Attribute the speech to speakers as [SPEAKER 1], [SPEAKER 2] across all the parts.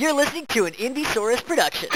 [SPEAKER 1] You're listening to an Indiesaurus production.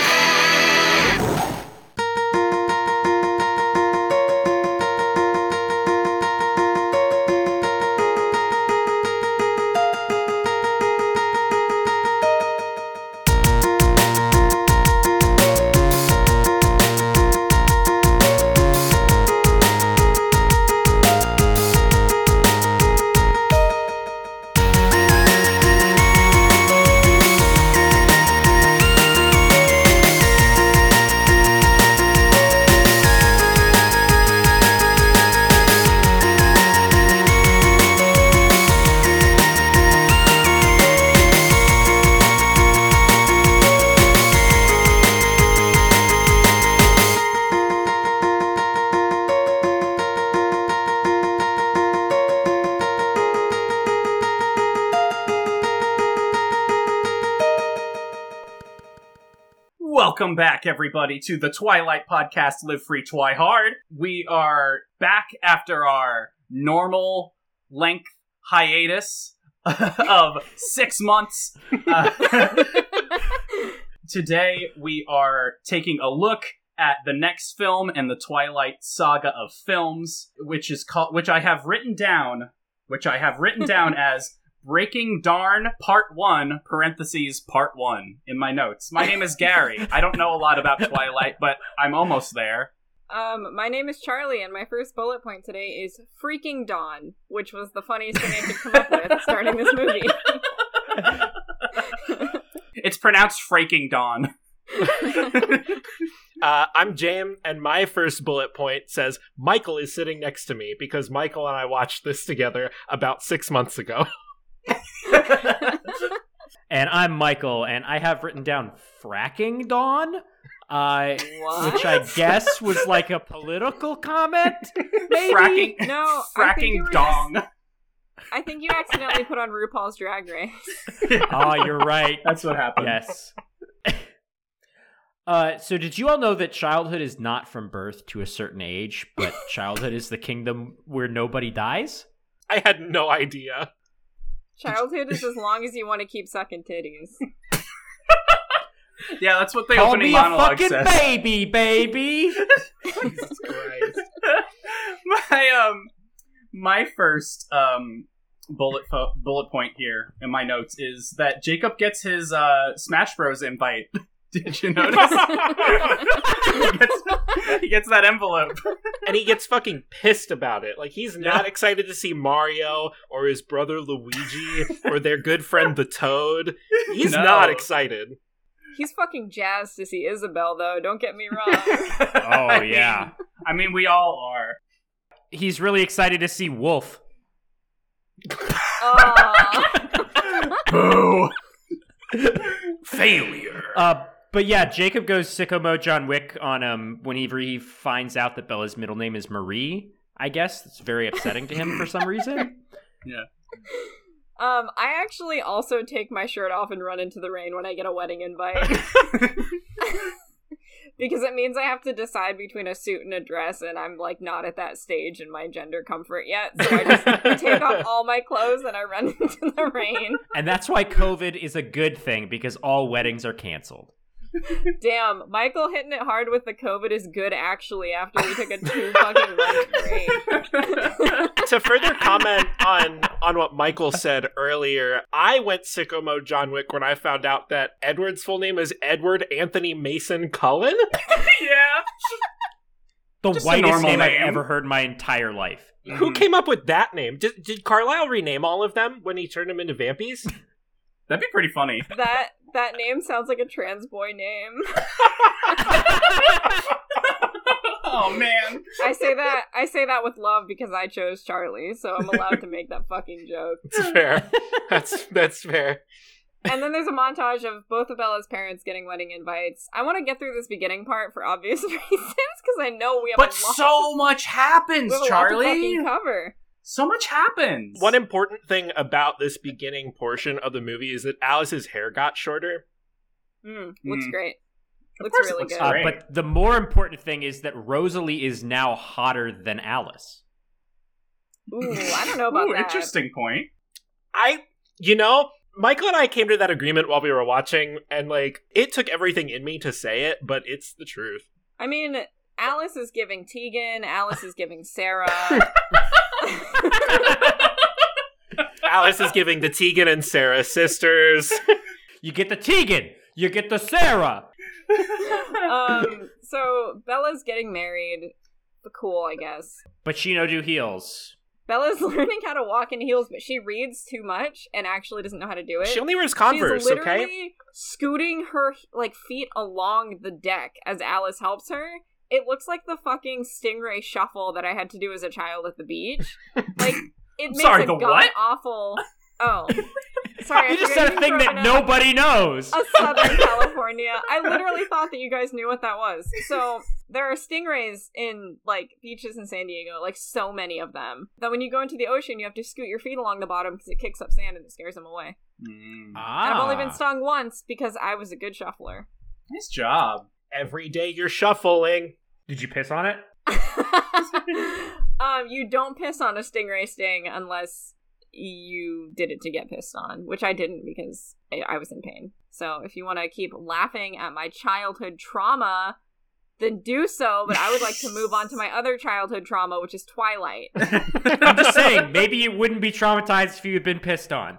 [SPEAKER 2] Welcome back, everybody, to the Twilight Podcast Live Free Twi Hard. We are back after our normal length hiatus of six months. Uh, today, we are taking a look at the next film in the Twilight saga of films, which is called, which I have written down, which I have written down as Breaking Darn Part 1, parentheses, Part 1, in my notes. My name is Gary. I don't know a lot about Twilight, but I'm almost there.
[SPEAKER 3] Um, my name is Charlie, and my first bullet point today is freaking dawn, which was the funniest thing I could come up with starting this movie.
[SPEAKER 2] It's pronounced Fraking Dawn.
[SPEAKER 4] Uh, I'm Jam, and my first bullet point says Michael is sitting next to me because Michael and I watched this together about six months ago.
[SPEAKER 5] And I'm Michael, and I have written down fracking Dawn, uh,
[SPEAKER 3] what?
[SPEAKER 5] which I guess was like a political comment. Maybe.
[SPEAKER 2] Fracking,
[SPEAKER 3] No, I think you
[SPEAKER 2] fracking
[SPEAKER 3] were
[SPEAKER 2] Dong.
[SPEAKER 3] just- I think you accidentally put on RuPaul's Drag Race.
[SPEAKER 5] Oh, you're right.
[SPEAKER 2] That's what happened.
[SPEAKER 5] yes. Uh, so, did you all know that childhood is not from birth to a certain age, but childhood is the kingdom where nobody dies?
[SPEAKER 4] I had no idea.
[SPEAKER 3] Childhood is as long as you want to keep sucking titties.
[SPEAKER 2] Yeah, that's what the
[SPEAKER 5] Call
[SPEAKER 2] opening
[SPEAKER 5] me a
[SPEAKER 2] monologue
[SPEAKER 5] fucking
[SPEAKER 2] says.
[SPEAKER 5] baby, baby.
[SPEAKER 4] Jesus Christ.
[SPEAKER 2] my um my first um bullet fo- bullet point here in my notes is that Jacob gets his uh Smash Bros invite. Did you notice? he, gets, he gets that envelope.
[SPEAKER 4] And he gets fucking pissed about it. Like, he's not excited to see Mario or his brother Luigi or their good friend the Toad. He's
[SPEAKER 2] No.
[SPEAKER 4] not excited.
[SPEAKER 3] He's fucking jazzed to see Isabel, though. Don't get me wrong.
[SPEAKER 2] oh I mean, we all are.
[SPEAKER 5] He's really excited to see Wolf.
[SPEAKER 3] Aw.
[SPEAKER 2] Boo!
[SPEAKER 4] Failure.
[SPEAKER 5] Uh, but yeah, Jacob goes sicko mode John Wick on um whenever he finds out that Bella's middle name is Marie. I guess it's very upsetting to him for some reason.
[SPEAKER 3] um, I actually also take my shirt off and run into the rain when I get a wedding invite. because it means I have to decide between a suit and a dress, and I'm like not at that stage in my gender comfort yet. So I just take off all my clothes and I run into the rain.
[SPEAKER 5] And that's why COVID is a good thing because all weddings are canceled.
[SPEAKER 3] Damn, Michael hitting it hard with the COVID is good actually after we took a two fucking month break.
[SPEAKER 4] to further comment on on what Michael said earlier, I went sicko mode John Wick when I found out that Edward's full name is Edward Anthony Mason Cullen.
[SPEAKER 2] yeah.
[SPEAKER 5] The
[SPEAKER 2] Just a
[SPEAKER 5] whitest
[SPEAKER 2] normal
[SPEAKER 5] name, I've
[SPEAKER 2] name.
[SPEAKER 5] ever heard in my entire life.
[SPEAKER 2] Mm-hmm.
[SPEAKER 4] Who came up with that name? Did, did Carlisle rename all of them when he turned them into vampies?
[SPEAKER 2] That'd be pretty funny.
[SPEAKER 3] That that name sounds like a trans boy name.
[SPEAKER 2] oh man.
[SPEAKER 3] I say that I say that with love because I chose Charlie, so I'm allowed to make that fucking joke.
[SPEAKER 4] That's fair. That's that's fair.
[SPEAKER 3] And then there's a montage of both of Bella's parents getting wedding invites. I want to get through this beginning part for obvious reasons because I know we have
[SPEAKER 2] But
[SPEAKER 3] a lot,
[SPEAKER 2] so much
[SPEAKER 3] we
[SPEAKER 2] happens,
[SPEAKER 3] have a lot to
[SPEAKER 2] Charlie.
[SPEAKER 3] fucking cover.
[SPEAKER 2] So much happens.
[SPEAKER 4] One important thing about this beginning portion of the movie is that Alice's hair got shorter.
[SPEAKER 3] Mm, looks
[SPEAKER 2] Mm.
[SPEAKER 3] great.
[SPEAKER 2] Of
[SPEAKER 3] Looks
[SPEAKER 2] course it
[SPEAKER 3] really
[SPEAKER 2] looks
[SPEAKER 3] good.
[SPEAKER 5] Uh,
[SPEAKER 2] Great.
[SPEAKER 5] but the more important thing is that Rosalie is now hotter than Alice.
[SPEAKER 3] Ooh, I don't know about
[SPEAKER 2] Ooh,
[SPEAKER 3] that.
[SPEAKER 2] interesting point.
[SPEAKER 4] I you know, Michael and I came to that agreement while we were watching, and like it took everything in me to say it, but it's the truth.
[SPEAKER 3] I mean, Alice is giving Tegan. Alice is giving Sarah.
[SPEAKER 4] Alice is giving the Tegan and Sarah sisters.
[SPEAKER 5] You get the Tegan. You get the Sarah.
[SPEAKER 3] um, so Bella's getting married. Cool, I guess.
[SPEAKER 5] But she no do heels.
[SPEAKER 3] Bella's learning how to walk in heels, but she reads too much and actually doesn't know how to do it.
[SPEAKER 4] She only wears Converse,
[SPEAKER 3] She's literally
[SPEAKER 4] okay?
[SPEAKER 3] scooting her like feet along the deck as Alice helps her. It looks like the fucking stingray shuffle that I had to do as a child at the beach. Like it makes
[SPEAKER 2] sorry,
[SPEAKER 3] a
[SPEAKER 2] the
[SPEAKER 3] god
[SPEAKER 2] what?
[SPEAKER 3] awful. Oh, sorry.
[SPEAKER 5] You
[SPEAKER 3] I
[SPEAKER 5] just
[SPEAKER 3] forgot
[SPEAKER 5] said a
[SPEAKER 3] you've
[SPEAKER 5] thing
[SPEAKER 3] grown
[SPEAKER 5] that
[SPEAKER 3] up Oh,
[SPEAKER 5] nobody knows.
[SPEAKER 3] of Southern California. I literally thought that you guys knew what that was. So there are stingrays in like beaches in San Diego, like so many of them. That when you go into the ocean, you have to scoot your feet along the bottom because it kicks up sand and it scares them away.
[SPEAKER 2] Mm.
[SPEAKER 5] Ah.
[SPEAKER 3] And I've only been stung once because I was a good shuffler.
[SPEAKER 2] Nice job.
[SPEAKER 4] Every day you're shuffling.
[SPEAKER 5] Did you piss on it?
[SPEAKER 3] um, you don't piss on a stingray sting unless you did it to get pissed on, which I didn't because I, I was in pain. So if you want to keep laughing at my childhood trauma, then do so. But I would like to move on to my other childhood trauma, which is Twilight.
[SPEAKER 5] I'm just saying, maybe you wouldn't be traumatized if you had been pissed on.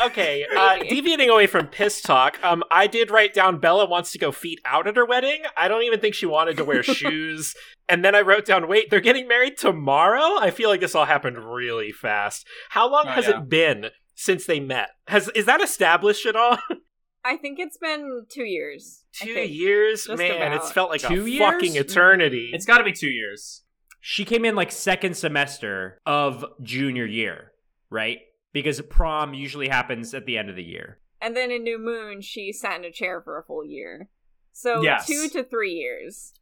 [SPEAKER 4] Okay, uh,
[SPEAKER 3] Maybe.
[SPEAKER 4] deviating away from piss talk, um, I did write down Bella wants to go feet out at her wedding. I don't even think she wanted to wear shoes. And then I wrote down, wait, they're getting married tomorrow? I feel like this all happened really fast. How long
[SPEAKER 2] Oh,
[SPEAKER 4] has
[SPEAKER 2] yeah.
[SPEAKER 4] it been since they met? Has is that established at all?
[SPEAKER 3] I think it's been two years. I
[SPEAKER 4] Two
[SPEAKER 3] think.
[SPEAKER 4] years,
[SPEAKER 3] Just
[SPEAKER 4] man.
[SPEAKER 3] about.
[SPEAKER 4] It's felt like
[SPEAKER 5] Two
[SPEAKER 4] a
[SPEAKER 5] years?
[SPEAKER 4] fucking eternity.
[SPEAKER 2] It's got to be two years.
[SPEAKER 5] She came in like second semester of junior year, right? Because prom usually happens at the end of the year.
[SPEAKER 3] And then in New Moon, she sat in a chair for a full year. So
[SPEAKER 2] Yes.
[SPEAKER 3] two to three years.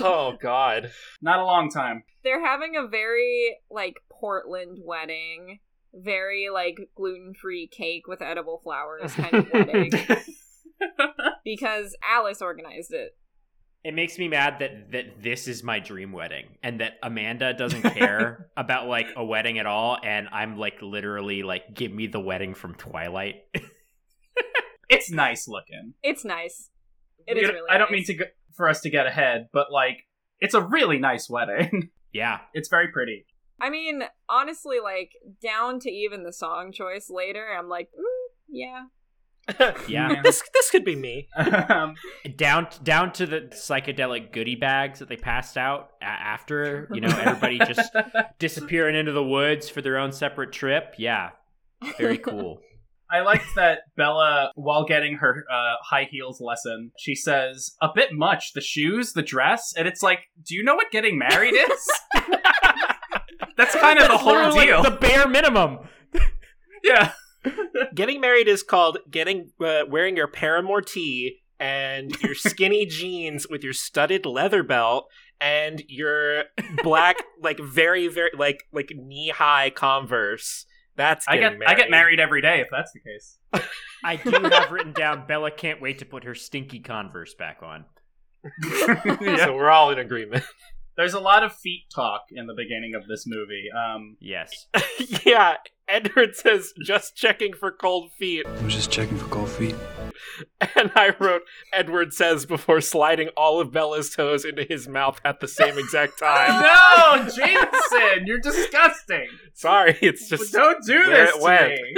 [SPEAKER 4] oh god.
[SPEAKER 2] Not a long time.
[SPEAKER 3] they're having a very like Portland wedding, very like gluten free cake with edible flowers kind of wedding because Alice organized it.
[SPEAKER 5] It makes me mad that that this is my dream wedding and that Amanda doesn't care about like a wedding at all and I'm like literally like give me the wedding from Twilight.
[SPEAKER 2] It's nice looking.
[SPEAKER 3] It's nice. It
[SPEAKER 2] We
[SPEAKER 3] is
[SPEAKER 2] don't-
[SPEAKER 3] really.
[SPEAKER 2] I don't
[SPEAKER 3] nice.
[SPEAKER 2] mean to go- for us to get ahead, but like it's a really nice wedding.
[SPEAKER 5] yeah.
[SPEAKER 2] it's very pretty.
[SPEAKER 3] I mean, honestly, like down to even the song choice later. I'm like, mm, yeah,
[SPEAKER 5] Yeah.
[SPEAKER 4] this this could be me.
[SPEAKER 2] Um,
[SPEAKER 5] down down to the psychedelic goodie bags that they passed out a- after you know everybody just disappearing into the woods for their own separate trip yeah very cool
[SPEAKER 2] I liked that Bella, while getting her uh, high heels lesson, she says, a bit much, the shoes, the dress, and it's like, do you know what getting married is? That's kind of the whole
[SPEAKER 5] Literally
[SPEAKER 2] deal.
[SPEAKER 5] the bare minimum
[SPEAKER 2] Yeah.
[SPEAKER 4] Getting married is called getting uh, wearing your paramour tee and your skinny jeans with your studded leather belt and your black like very very like like knee high Converse. That's
[SPEAKER 2] I
[SPEAKER 4] getting
[SPEAKER 2] get
[SPEAKER 4] married.
[SPEAKER 2] I get married every day if that's the case.
[SPEAKER 5] i do have written down bella can't wait to put her stinky converse back on
[SPEAKER 2] Yeah.
[SPEAKER 4] So we're all in agreement.
[SPEAKER 2] There's a lot of feet talk in the beginning of this movie. Um,
[SPEAKER 5] yes
[SPEAKER 4] yeah, Edward says just checking for cold feet.
[SPEAKER 6] I'm just checking for cold feet.
[SPEAKER 4] And I wrote, Edward says before sliding all of Bella's toes into his mouth at the same exact time.
[SPEAKER 2] no, Jameson, you're disgusting.
[SPEAKER 4] Sorry, it's just.
[SPEAKER 2] Don't do
[SPEAKER 4] where
[SPEAKER 2] this
[SPEAKER 4] it
[SPEAKER 2] to
[SPEAKER 4] went.
[SPEAKER 2] me.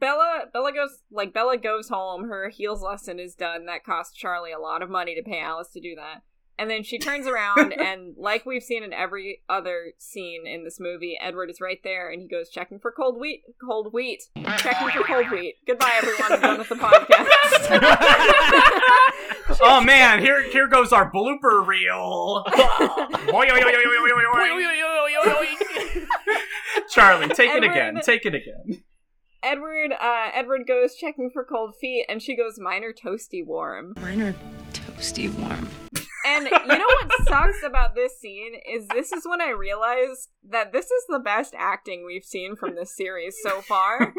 [SPEAKER 3] Bella Bella goes like Bella goes home, her heels lesson is done. That cost Charlie a lot of money to pay Alice to do that. And then she turns around and like we've seen in every other scene in this movie, Edward is right there and he goes checking for cold wheat cold wheat. Checking for cold wheat. Goodbye everyone, I'm done with the podcast.
[SPEAKER 2] Oh man, here here goes our blooper reel. Oi, oi, oi, oi, oi, oi, oi, oi. Charlie, take it
[SPEAKER 3] Edward.
[SPEAKER 2] again. Take it again.
[SPEAKER 3] Edward uh, Edward goes checking for cold feet and she goes mine are toasty warm.
[SPEAKER 7] Mine are toasty warm.
[SPEAKER 3] And you know what sucks about this scene is this is when I realized that this is the best acting we've seen from this series so far.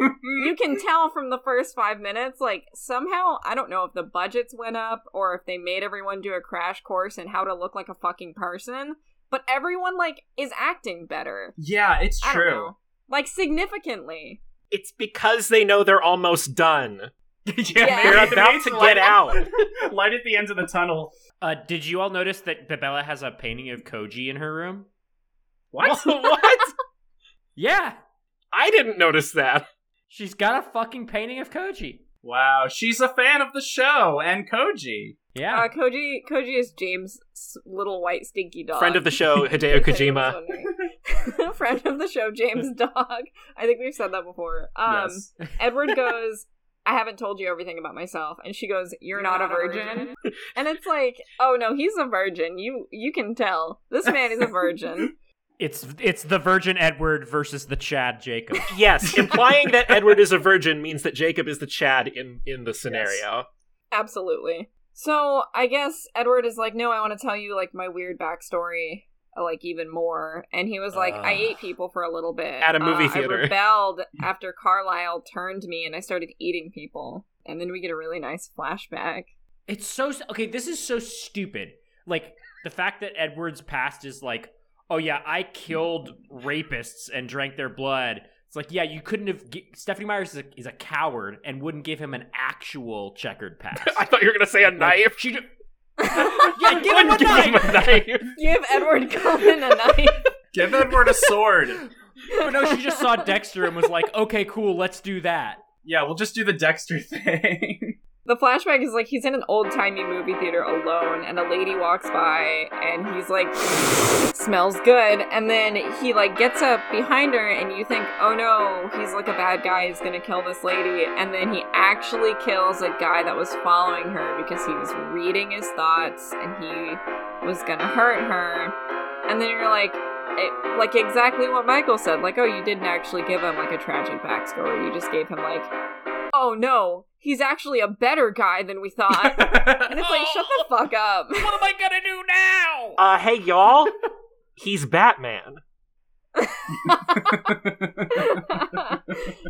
[SPEAKER 3] you can tell from the first five minutes, like somehow I don't know if the budgets went up or if they made everyone do a crash course in how to look like a fucking person, but everyone like is acting better.
[SPEAKER 2] Yeah, it's
[SPEAKER 3] I don't
[SPEAKER 2] true.
[SPEAKER 3] know. Like significantly.
[SPEAKER 4] It's because they know they're almost done.
[SPEAKER 3] Yeah.
[SPEAKER 4] They're
[SPEAKER 2] maybe
[SPEAKER 4] about
[SPEAKER 2] it's
[SPEAKER 4] to
[SPEAKER 2] light-
[SPEAKER 4] get out.
[SPEAKER 2] Light at the end of the tunnel.
[SPEAKER 5] Uh, did you all notice that Bella has a painting of Koji in her room?
[SPEAKER 2] What?
[SPEAKER 4] what?
[SPEAKER 5] Yeah,
[SPEAKER 4] I didn't notice that.
[SPEAKER 5] she's got a fucking painting of Koji.
[SPEAKER 2] wow, she's a fan of the show and Koji.
[SPEAKER 5] Yeah,
[SPEAKER 3] Uh, Koji Koji is James' s- little white stinky dog.
[SPEAKER 4] Friend of the show, Hideo
[SPEAKER 3] In case
[SPEAKER 4] Kojima.
[SPEAKER 3] anyone's wondering. Friend of the show, James Dog. I think we've said that before. Um,
[SPEAKER 2] yes.
[SPEAKER 3] Edward goes, I haven't told you everything about myself. And she goes, You're, not, a virgin. and it's like, Oh no, he's a virgin. You you can tell. This man is a virgin.
[SPEAKER 5] it's it's the Virgin Edward versus the Chad Jacob.
[SPEAKER 4] Yes, implying that Edward is a virgin means that Jacob is the Chad in in the scenario.
[SPEAKER 3] Absolutely. So I guess Edward is like, No, I want to tell you like my weird backstory. Like even more, and he was like, "I
[SPEAKER 5] Ugh.
[SPEAKER 3] ate people for a little bit
[SPEAKER 4] At a movie
[SPEAKER 3] Uh,
[SPEAKER 4] theater."
[SPEAKER 3] I rebelled after Carlisle turned me, and I started eating people." And then we get a really nice flashback.
[SPEAKER 5] It's so okay. This is so stupid. Like the fact that Edward's past is like, oh yeah, I killed rapists and drank their blood. It's like, yeah, you couldn't have. G- Stephanie Myers is a, is a coward and wouldn't give him an actual checkered pass.
[SPEAKER 4] I thought you were gonna say a
[SPEAKER 5] Like,
[SPEAKER 4] knife.
[SPEAKER 5] She. d- yeah, give him a
[SPEAKER 4] Wouldn't give him
[SPEAKER 5] knife.
[SPEAKER 4] a knife.
[SPEAKER 3] Give Edward Cullen a knife.
[SPEAKER 2] Give Edward a sword.
[SPEAKER 5] But no, she just saw Dexter and was like, okay, cool, let's do that.
[SPEAKER 2] yeah, we'll just do the Dexter thing.
[SPEAKER 3] The flashback is like he's in an old timey movie theater alone, and a lady walks by, and he's like, smells good. And then he like gets up behind her, and you think, oh no, he's like a bad guy, he's gonna kill this lady. And then he actually kills a guy that was following her because he was reading his thoughts, and he was gonna hurt her. And then you're like, it, like exactly what Michael said, like, oh, you didn't actually give him like a tragic backstory, you just gave him like oh no, he's actually a better guy than we thought. and it's like, shut the fuck up.
[SPEAKER 5] Oh, What am I gonna do now?
[SPEAKER 4] Uh, hey y'all, he's Batman.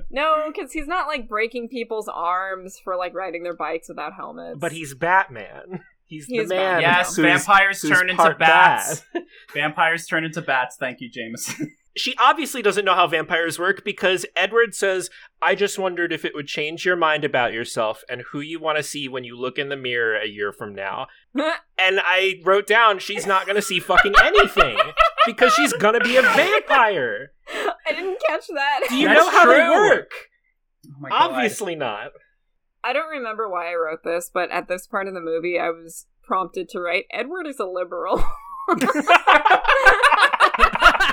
[SPEAKER 3] no, because he's not like breaking people's arms for like riding their bikes without helmets.
[SPEAKER 4] But he's Batman. He's
[SPEAKER 3] He
[SPEAKER 4] the
[SPEAKER 3] is Batman.
[SPEAKER 4] man.
[SPEAKER 2] yes,
[SPEAKER 4] who's-
[SPEAKER 2] vampires
[SPEAKER 4] who's
[SPEAKER 2] turn into
[SPEAKER 4] part
[SPEAKER 2] bats.
[SPEAKER 4] bad.
[SPEAKER 2] vampires turn into bats. Thank you, Jameson.
[SPEAKER 4] She obviously doesn't know how vampires work because Edward says, "I just wondered if it would change your mind about yourself and who you want to see when you look in the mirror a year from now." And I wrote down, "She's not going to see fucking anything because she's going to be a vampire."
[SPEAKER 3] I didn't catch that.
[SPEAKER 4] Do you
[SPEAKER 2] That's
[SPEAKER 4] know how they
[SPEAKER 2] true.
[SPEAKER 4] work?
[SPEAKER 2] Oh my God.
[SPEAKER 4] Obviously not.
[SPEAKER 3] I don't remember why I wrote this, but at this part in the movie, I was prompted to write Edward is a liberal.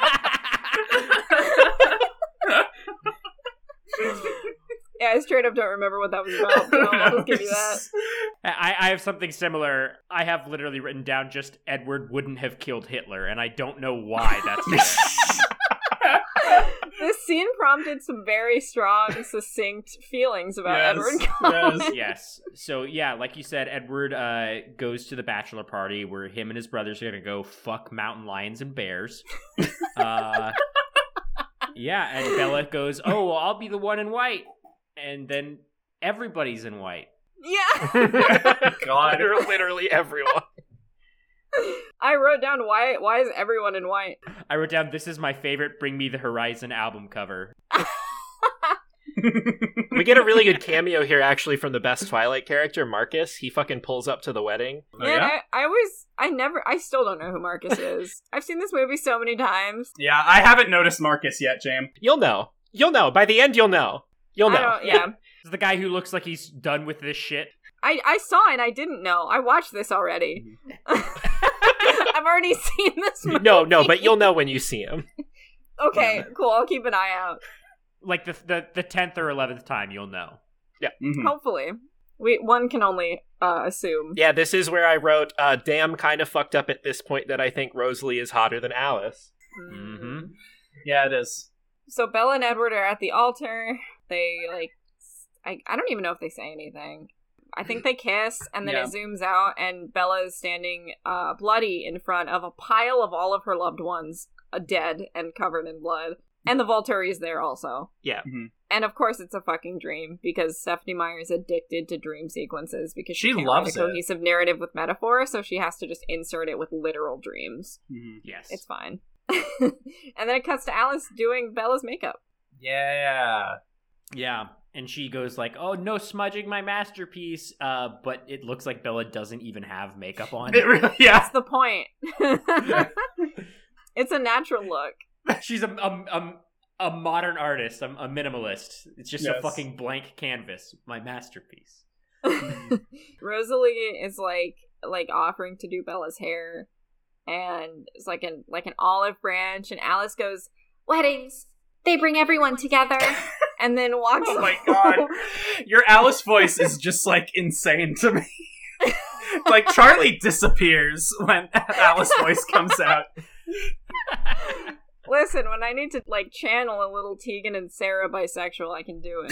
[SPEAKER 3] yeah, I straight up don't remember what that was about. So I'll just give you that.
[SPEAKER 5] I, I have something similar. I have literally written down just Edward wouldn't have killed Hitler, and I don't know why that's.
[SPEAKER 3] this scene prompted some very strong, succinct feelings about
[SPEAKER 2] Yes,
[SPEAKER 3] Edward.
[SPEAKER 2] yes.
[SPEAKER 5] yes. So yeah, like you said, Edward uh, goes to the bachelor party where him and his brothers are gonna go fuck mountain lions and bears. uh, yeah, and Bella goes, "Oh, well, I'll be the one in white," and then everybody's in white.
[SPEAKER 3] Yeah,
[SPEAKER 2] God.
[SPEAKER 4] Literally, literally everyone.
[SPEAKER 3] I wrote down why. Why is everyone in white?
[SPEAKER 5] I wrote down, "This is my favorite Bring Me the Horizon album cover."
[SPEAKER 4] we get a really good cameo here, actually, from the best Twilight character, Marcus. He fucking pulls up to the wedding.
[SPEAKER 2] Oh,
[SPEAKER 3] Man,
[SPEAKER 2] yeah?
[SPEAKER 3] I, I always, I never, I still don't know who Marcus is. I've seen this movie so many times.
[SPEAKER 2] Yeah, I haven't noticed Marcus yet, Jam.
[SPEAKER 4] You'll know. You'll know. By the end, you'll know. You'll know.
[SPEAKER 3] I don't, yeah,
[SPEAKER 5] It's the guy who looks like he's done with this shit.
[SPEAKER 3] I, I saw and I didn't know. I watched this already. I've already seen this movie.
[SPEAKER 4] no, no, but you'll know when you see him.
[SPEAKER 3] Okay, cool. I'll keep an eye out.
[SPEAKER 5] Like the the the tenth or eleventh time, you'll know.
[SPEAKER 2] Mhm.
[SPEAKER 3] Hopefully, we one can only uh, assume.
[SPEAKER 4] Yeah, this is where I wrote, uh, damn, kind of fucked up at this point that I think Rosalie is hotter than Alice.
[SPEAKER 3] Mm.
[SPEAKER 5] Mm-hmm.
[SPEAKER 2] Yeah, it is.
[SPEAKER 3] so Bella and Edward are at the altar. They like, s- I, I don't even know if they say anything. I think they kiss, and then
[SPEAKER 2] Yeah.
[SPEAKER 3] it zooms out, and Bella is standing uh, bloody in front of a pile of all of her loved ones, uh, dead and covered in blood. And the Volturi is there also.
[SPEAKER 4] Yeah.
[SPEAKER 2] Mhm.
[SPEAKER 3] And of course, it's a fucking dream because Stephanie Meyer is addicted to dream sequences because she,
[SPEAKER 2] She
[SPEAKER 3] can't
[SPEAKER 2] loves it.
[SPEAKER 3] write a cohesive narrative with metaphor, so she has to just insert it with literal dreams.
[SPEAKER 2] Mhm.
[SPEAKER 5] Yes.
[SPEAKER 3] It's fine. and then it cuts to Alice doing Bella's makeup.
[SPEAKER 2] Yeah.
[SPEAKER 5] Yeah. And she goes like, "Oh, no smudging my masterpiece." Uh, but it looks like Bella doesn't even have makeup on.
[SPEAKER 2] It really, yeah.
[SPEAKER 3] That's the point. it's a natural look.
[SPEAKER 5] She's a a, a, a modern artist, a, a minimalist. It's just a
[SPEAKER 2] Yes.
[SPEAKER 5] fucking blank canvas, my masterpiece.
[SPEAKER 3] Rosalie is like like offering to do Bella's hair, and it's like an like an olive branch. And Alice goes, "Weddings, they bring everyone together," and then walks.
[SPEAKER 2] Oh my god. Your Alice voice is just like insane to me. like Charlie disappears when Alice voice comes out.
[SPEAKER 3] Listen, when I need to like channel a little Tegan and Sarah bisexual, I can do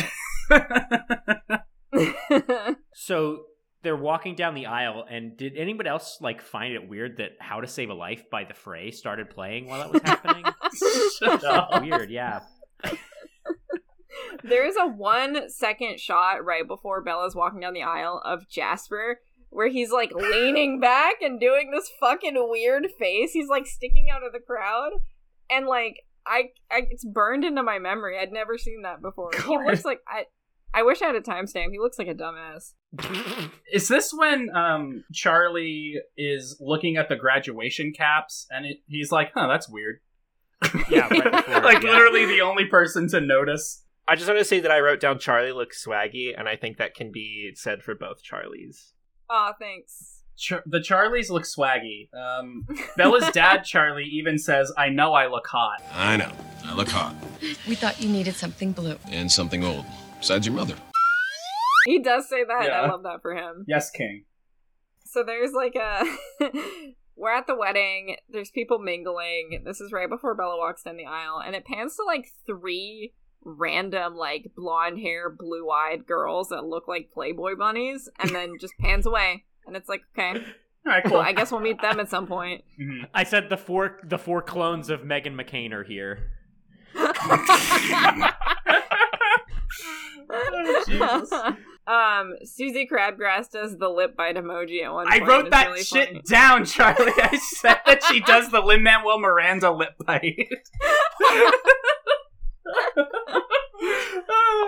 [SPEAKER 3] it.
[SPEAKER 5] So they're walking down the aisle, and did anyone else like find it weird that "How to Save a Life" by The Fray started playing while that was happening?
[SPEAKER 2] Shut up.
[SPEAKER 5] Weird, yeah.
[SPEAKER 3] there is a one second shot right before Bella's walking down the aisle of Jasper where he's like leaning back and doing this fucking weird face. He's like sticking out of the crowd and like I, I it's burned into my memory. I'd never seen that before. He
[SPEAKER 2] God.
[SPEAKER 3] looks like I I wish I had a timestamp. He looks like a dumbass.
[SPEAKER 2] Is this when um, Charlie is looking at the graduation caps and it, he's like, huh, that's weird?
[SPEAKER 5] Yeah, right before,
[SPEAKER 2] like
[SPEAKER 5] yeah.
[SPEAKER 2] literally the only person to notice.
[SPEAKER 4] I just want to say that I wrote down Charlie looks swaggy, and I think that can be said for both Charlies.
[SPEAKER 3] Aw, thanks.
[SPEAKER 2] Char- the Charlies look swaggy. Um, Bella's dad, Charlie, even says, I know I look hot.
[SPEAKER 6] I know. I look hot.
[SPEAKER 7] We thought you needed something blue.
[SPEAKER 6] And something old. Besides your mother.
[SPEAKER 3] He does say that. I
[SPEAKER 2] Yeah.
[SPEAKER 3] love that for him.
[SPEAKER 2] Yes, King.
[SPEAKER 3] So there's like a we're at the wedding, there's people mingling. This is right before Bella walks down the aisle, and it pans to like three random like blonde hair, blue eyed girls that look like Playboy bunnies, and then just pans away. And it's like, okay,
[SPEAKER 2] All right,
[SPEAKER 3] well,
[SPEAKER 2] cool.
[SPEAKER 3] I guess we'll meet them at some point.
[SPEAKER 2] Mhm.
[SPEAKER 5] I said the four the four clones of Megan McCain are here.
[SPEAKER 2] Jesus.
[SPEAKER 3] um, Susie Crabgrass does the lip bite emoji at one
[SPEAKER 2] I
[SPEAKER 3] point.
[SPEAKER 2] wrote
[SPEAKER 3] It's
[SPEAKER 2] that
[SPEAKER 3] really
[SPEAKER 2] shit
[SPEAKER 3] funny.
[SPEAKER 2] down, Charlie. I said that she does the Lin Manuel Miranda lip bite.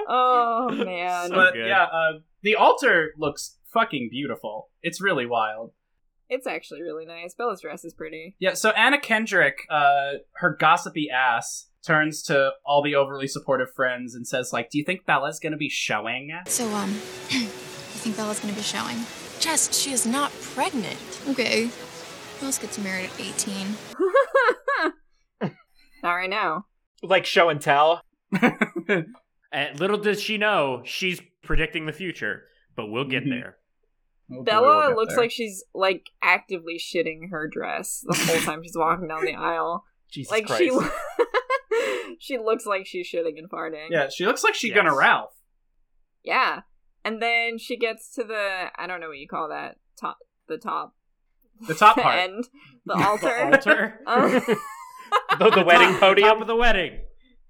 [SPEAKER 3] Oh man.
[SPEAKER 5] So-
[SPEAKER 2] but
[SPEAKER 5] good.
[SPEAKER 2] yeah, uh, the altar looks fucking beautiful. It's really wild.
[SPEAKER 3] It's actually really nice. Bella's dress is pretty.
[SPEAKER 2] Yeah, so Anna Kendrick, uh, her gossipy ass, turns to all the overly supportive friends and says, like, do you think Bella's gonna be showing?
[SPEAKER 8] So, um, you think Bella's gonna be showing?
[SPEAKER 9] Just, she is not pregnant.
[SPEAKER 8] Okay. Who else gets married at 18?
[SPEAKER 3] Not right now.
[SPEAKER 4] Like show and tell.
[SPEAKER 5] And Eh, little does she know, she's predicting the future. But we'll get
[SPEAKER 2] Mhm.
[SPEAKER 5] there.
[SPEAKER 2] Oh, boy,
[SPEAKER 3] Bella
[SPEAKER 2] we'll get
[SPEAKER 3] looks
[SPEAKER 2] there.
[SPEAKER 3] like she's like actively shitting her dress the whole time she's walking down the aisle.
[SPEAKER 4] Jesus
[SPEAKER 3] like
[SPEAKER 4] Christ.
[SPEAKER 3] she, she looks like she's shitting and farting.
[SPEAKER 2] Yeah, she looks like she's
[SPEAKER 5] Yes.
[SPEAKER 2] gonna Ralph.
[SPEAKER 3] Yeah. And then she gets to the I don't know what you call that top, the top,
[SPEAKER 2] The top
[SPEAKER 3] the
[SPEAKER 2] part.
[SPEAKER 3] end, the altar.
[SPEAKER 5] Altar.
[SPEAKER 3] Um,
[SPEAKER 4] the, the wedding
[SPEAKER 5] Oh. Top
[SPEAKER 4] podium.
[SPEAKER 5] of the wedding.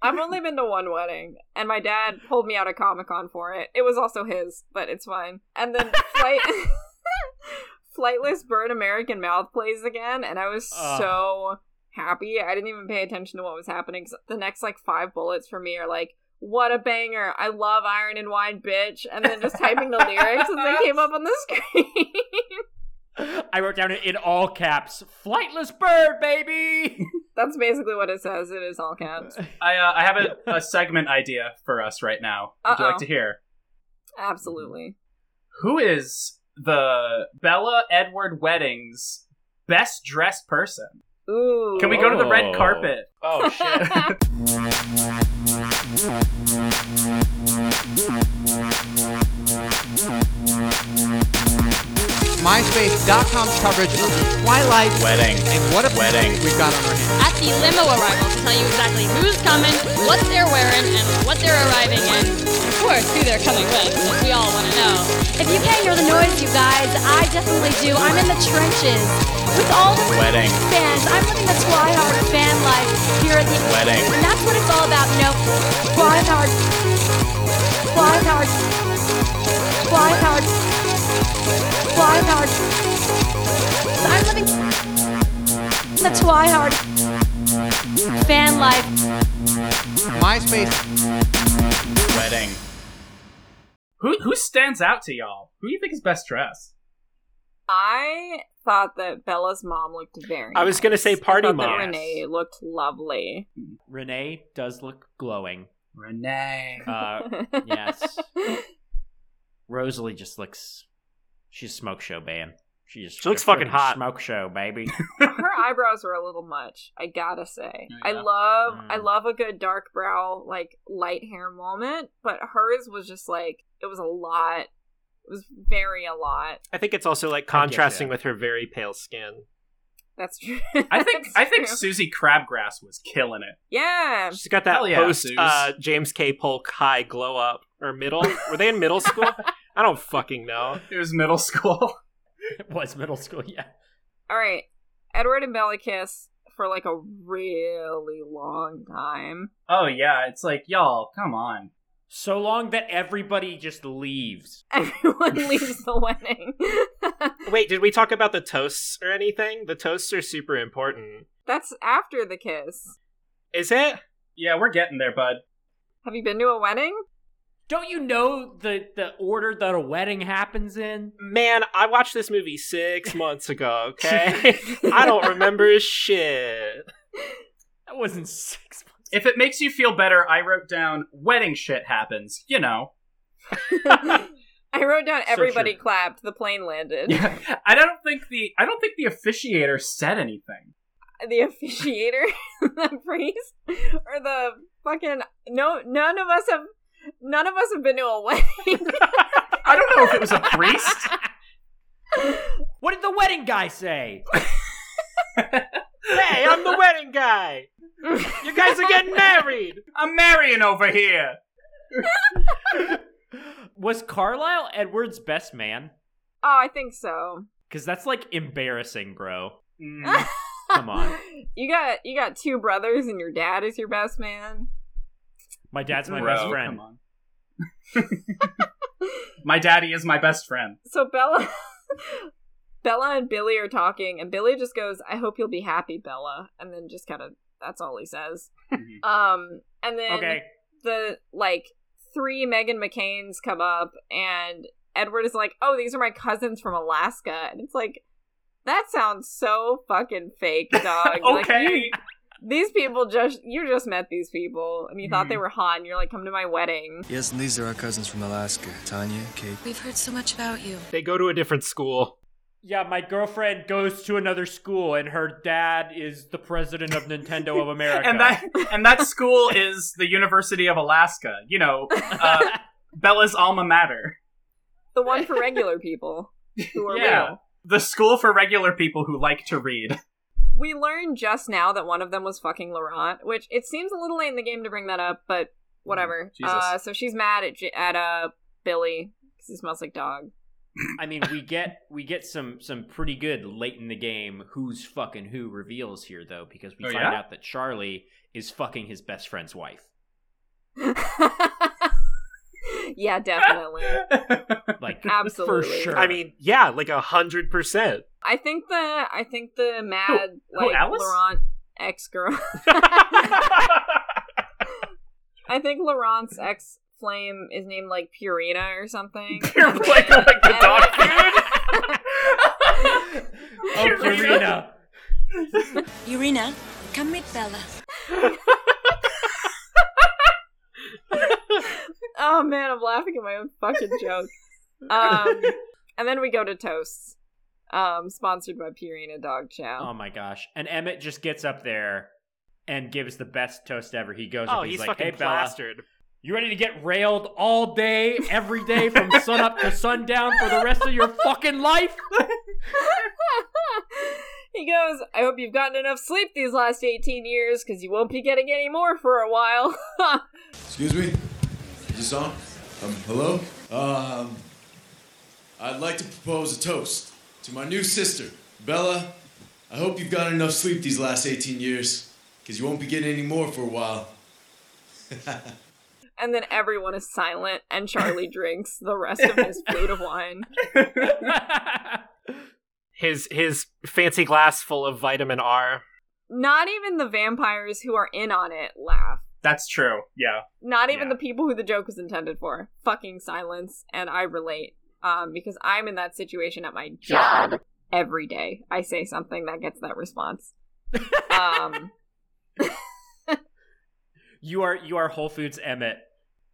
[SPEAKER 3] I've only been to one wedding, and my dad pulled me out of Comic Con for it. It was also his, but it's fine. And then flight, flightless bird American Mouth plays again, and I was
[SPEAKER 5] Ugh.
[SPEAKER 3] so happy. I didn't even pay attention to what was happening. 'cause the next like five bullets for me are like, "What a banger! I love Iron and Wine, bitch!" And then just typing the lyrics as they came up on the screen.
[SPEAKER 5] I wrote down in all caps, flightless bird, baby.
[SPEAKER 3] That's basically what it says. It is all caps.
[SPEAKER 2] I, uh, I have a, a segment idea for us right now. Would you
[SPEAKER 3] Uh-oh.
[SPEAKER 2] like to hear?
[SPEAKER 3] Absolutely.
[SPEAKER 2] Who is the Bella Edward Wedding's best dressed person?
[SPEAKER 3] Ooh.
[SPEAKER 2] Can we go to the red
[SPEAKER 5] Whoa.
[SPEAKER 2] carpet?
[SPEAKER 4] oh shit.
[SPEAKER 10] MySpace.com's coverage of the Twilight
[SPEAKER 11] Wedding.
[SPEAKER 10] and what a
[SPEAKER 11] Wedding.
[SPEAKER 10] we've got on our hands.
[SPEAKER 9] At the limo arrival to tell you exactly who's coming, what they're wearing, and what they're arriving in. Of course, who they're coming with, because we all want to know. If you can't hear the noise, you guys, I definitely do. I'm in the trenches with all the
[SPEAKER 11] Wedding.
[SPEAKER 9] fans. I'm living the Twihard fan life here at the
[SPEAKER 11] Wedding.
[SPEAKER 9] And that's what it's all about, you know. Twihard. Twihard. Twihard. Twihard. I'm living the Twihard fan life.
[SPEAKER 10] MySpace.
[SPEAKER 2] thing.
[SPEAKER 11] Wedding.
[SPEAKER 2] Who who stands out to y'all? Who do you think is best dressed?
[SPEAKER 3] I thought that Bella's mom looked very.
[SPEAKER 4] I was gonna say
[SPEAKER 3] nice. I
[SPEAKER 4] party
[SPEAKER 3] thought that
[SPEAKER 4] mom.
[SPEAKER 3] Renee looked lovely.
[SPEAKER 5] Renee does look glowing.
[SPEAKER 2] Renee.
[SPEAKER 5] Uh, yes. Rosalie just looks. She's a smoke show man. She just
[SPEAKER 4] She looks
[SPEAKER 5] a freaking
[SPEAKER 4] fucking hot.
[SPEAKER 5] Smoke show baby.
[SPEAKER 3] her eyebrows were a little much i gotta say
[SPEAKER 2] Oh,
[SPEAKER 3] i
[SPEAKER 2] yeah.
[SPEAKER 3] love i
[SPEAKER 5] Mm.
[SPEAKER 3] love a good dark brow like light hair moment but hers was just like it was a lot it was very a lot
[SPEAKER 4] I think it's also like
[SPEAKER 5] I get
[SPEAKER 4] contrasting
[SPEAKER 5] that.
[SPEAKER 4] with her very pale skin.
[SPEAKER 3] that's true
[SPEAKER 2] I think
[SPEAKER 3] That's
[SPEAKER 2] I think
[SPEAKER 3] true.
[SPEAKER 2] Susie Crabgrass was killing it.
[SPEAKER 3] yeah
[SPEAKER 4] She's got
[SPEAKER 2] Hell
[SPEAKER 4] that
[SPEAKER 2] yeah,
[SPEAKER 4] post
[SPEAKER 2] Suze.
[SPEAKER 4] uh, James K. Polk high glow up or middle. Were they in middle school? I don't fucking know.
[SPEAKER 2] It was middle school.
[SPEAKER 5] it was middle school. Yeah.
[SPEAKER 3] all right edward and bella kiss for like a really long time
[SPEAKER 2] Oh yeah, it's like y'all, come on.
[SPEAKER 5] So long that everybody just leaves.
[SPEAKER 3] everyone leaves the wedding
[SPEAKER 4] Wait, did we talk about the toasts or anything? The toasts are super important.
[SPEAKER 3] that's after the kiss
[SPEAKER 4] Is it?
[SPEAKER 2] Yeah, we're getting there, bud.
[SPEAKER 3] have you been to a wedding
[SPEAKER 5] Don't you know the the order that a wedding happens in?
[SPEAKER 4] Man, I watched this movie six months ago, okay? I don't remember shit.
[SPEAKER 5] That wasn't six months.
[SPEAKER 2] If it makes you feel better, I wrote down wedding shit happens. You know.
[SPEAKER 3] I wrote down everybody
[SPEAKER 5] true.
[SPEAKER 3] clapped. The plane landed.
[SPEAKER 2] Yeah. I don't think the I don't think the officiator said anything.
[SPEAKER 3] The officiator, the priest, or the fucking no. None of us have. None of us have been to a wedding.
[SPEAKER 2] I don't know if it was a priest.
[SPEAKER 5] What did the wedding guy say?
[SPEAKER 4] Hey, I'm the wedding guy! You guys are getting married!
[SPEAKER 2] I'm marrying over here.
[SPEAKER 5] Was Carlisle Edwards' best man?
[SPEAKER 3] oh, I think so.
[SPEAKER 5] Because that's like embarrassing, bro.
[SPEAKER 2] Mm.
[SPEAKER 5] Come on.
[SPEAKER 3] You got you got two brothers, and your dad is your best man.
[SPEAKER 5] My dad's my
[SPEAKER 2] Bro,
[SPEAKER 5] best friend.
[SPEAKER 2] come on. my daddy is my best friend.
[SPEAKER 3] So Bella, Bella and Billy are talking, and Billy just goes, "I hope you'll be happy, Bella," and then just kind of that's all he says.
[SPEAKER 2] Mhm.
[SPEAKER 3] Um, and then
[SPEAKER 5] Okay.
[SPEAKER 3] the like three Megan McCain's come up and Edward is like, "Oh, these are my cousins from Alaska." And it's like that sounds so fucking fake, dog. Like,
[SPEAKER 2] Okay.
[SPEAKER 3] you- these people just you just met these people and you thought
[SPEAKER 2] Mm-hmm.
[SPEAKER 3] they were hot and you're like, "Come to my wedding."
[SPEAKER 10] Yes, and these are our cousins from Alaska Tanya, Kate.
[SPEAKER 7] We've heard so much about you.
[SPEAKER 4] They go to a different school.
[SPEAKER 5] Yeah, my girlfriend goes to another school, and her dad is the president of Nintendo of America.
[SPEAKER 2] and that and that school is the University of Alaska. You know, uh, Bella's alma mater.
[SPEAKER 3] The one for regular people who are
[SPEAKER 2] Yeah.
[SPEAKER 3] real.
[SPEAKER 2] The school for regular people who like to read.
[SPEAKER 3] We learned just now that one of them was fucking Laurent, which it seems a little late in the game to bring that up, but whatever.
[SPEAKER 2] Mm, Jesus.
[SPEAKER 3] Uh, so she's mad at J- at uh Billy because he smells like dog.
[SPEAKER 5] I mean, we get we get some some pretty good late in the game who's fucking who reveals here though, because we
[SPEAKER 2] Oh,
[SPEAKER 5] find
[SPEAKER 2] yeah?
[SPEAKER 5] out that Charlie is fucking his best friend's wife.
[SPEAKER 3] yeah, definitely.
[SPEAKER 5] Like,
[SPEAKER 3] Absolutely.
[SPEAKER 5] for sure.
[SPEAKER 4] I mean, yeah, like a hundred percent.
[SPEAKER 3] I think the I think the mad
[SPEAKER 2] Who- who,
[SPEAKER 3] like
[SPEAKER 2] Alice?
[SPEAKER 3] Laurent ex girl. I think Laurent's ex flame is named like Purina or something.
[SPEAKER 2] like, like the dog food.
[SPEAKER 5] oh, Karina.
[SPEAKER 9] Urina, come meet Bella.
[SPEAKER 3] oh man, I'm laughing at my own fucking joke. Um, and then we go to toasts. Um, sponsored by Purina Dog
[SPEAKER 5] Oh
[SPEAKER 3] Chow.
[SPEAKER 5] my gosh! And Emmett just gets up there and gives the best toast ever. He goes,
[SPEAKER 4] Oh,
[SPEAKER 5] up,
[SPEAKER 4] he's,
[SPEAKER 5] he's, like,
[SPEAKER 4] fucking
[SPEAKER 5] "Hey, Bella,
[SPEAKER 4] plastered.
[SPEAKER 5] you ready to get railed all day, every day, from sunup to sundown for the rest of your fucking life?"
[SPEAKER 3] he goes, I hope you've gotten enough sleep these last 18 years because you won't be getting any more for a while.
[SPEAKER 6] Excuse me? Is this on? Um, hello? Um, I'd like to propose a toast to my new sister, Bella. I hope you've gotten enough sleep these last 18 years, because you won't be getting any more for a while.
[SPEAKER 3] and then everyone is silent, and Charlie drinks the rest of his plate of wine.
[SPEAKER 4] His his fancy glass full of vitamin R.
[SPEAKER 3] Not even the vampires who are in on it laugh.
[SPEAKER 2] That's true. Yeah.
[SPEAKER 3] Not even
[SPEAKER 2] Yeah.
[SPEAKER 3] the people who the joke was intended for. Fucking silence. And I relate um, because I'm in that situation at my job every day. I say something that gets that response. um,
[SPEAKER 5] You are you are Whole Foods Emmett.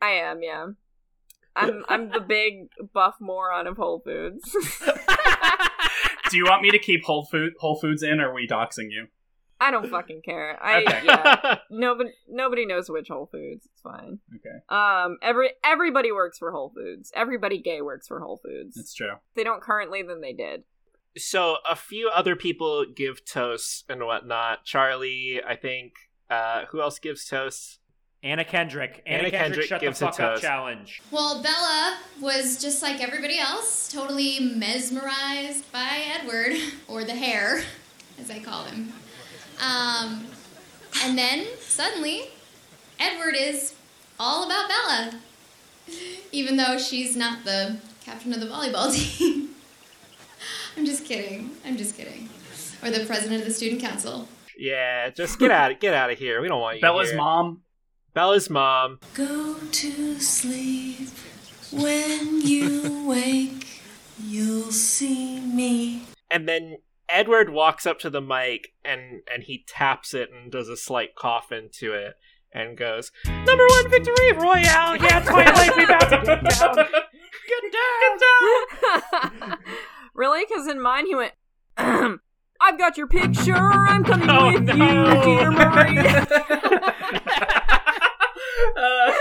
[SPEAKER 3] I am, yeah. I'm I'm the big buff moron of Whole Foods.
[SPEAKER 2] Do you want me to keep Whole Food Whole Foods in, or are we doxing you?
[SPEAKER 3] I don't fucking care. I
[SPEAKER 2] Okay.
[SPEAKER 3] yeah. Nobody nobody knows which Whole Foods. It's fine.
[SPEAKER 2] Okay.
[SPEAKER 3] Um every everybody works for Whole Foods. Everybody gay works for Whole Foods.
[SPEAKER 2] That's true.
[SPEAKER 3] If they don't currently then they did.
[SPEAKER 4] so a few other people give toasts and whatnot. Charlie, I think. Uh, who else gives toasts?
[SPEAKER 5] Anna Kendrick. Anna,
[SPEAKER 4] Anna
[SPEAKER 5] Kendrick,
[SPEAKER 4] Kendrick
[SPEAKER 5] shut
[SPEAKER 4] gives a
[SPEAKER 5] the fuck up
[SPEAKER 4] toast.
[SPEAKER 5] challenge.
[SPEAKER 8] Well, Bella was just like everybody else, totally mesmerized by Edward, or the hair, as I call him. Um, and then suddenly, Edward is all about Bella, even though she's not the captain of the volleyball team. I'm just kidding. I'm just kidding. Or the president of the student council.
[SPEAKER 4] Yeah, just get out, get out of here. We don't want you.
[SPEAKER 2] Bella's
[SPEAKER 4] here.
[SPEAKER 2] mom.
[SPEAKER 4] Bella's mom.
[SPEAKER 11] Go to sleep. When you wake, you'll see me.
[SPEAKER 4] And then Edward walks up to the mic and and he taps it and does a slight cough into it and goes, "Number one victory royale. Yeah, Twilight, we about to get down. Get down.
[SPEAKER 3] really? Because in mine he went I've got your picture, I'm coming
[SPEAKER 2] Oh
[SPEAKER 3] with
[SPEAKER 2] no!
[SPEAKER 3] you, dear Maria.
[SPEAKER 2] Uh,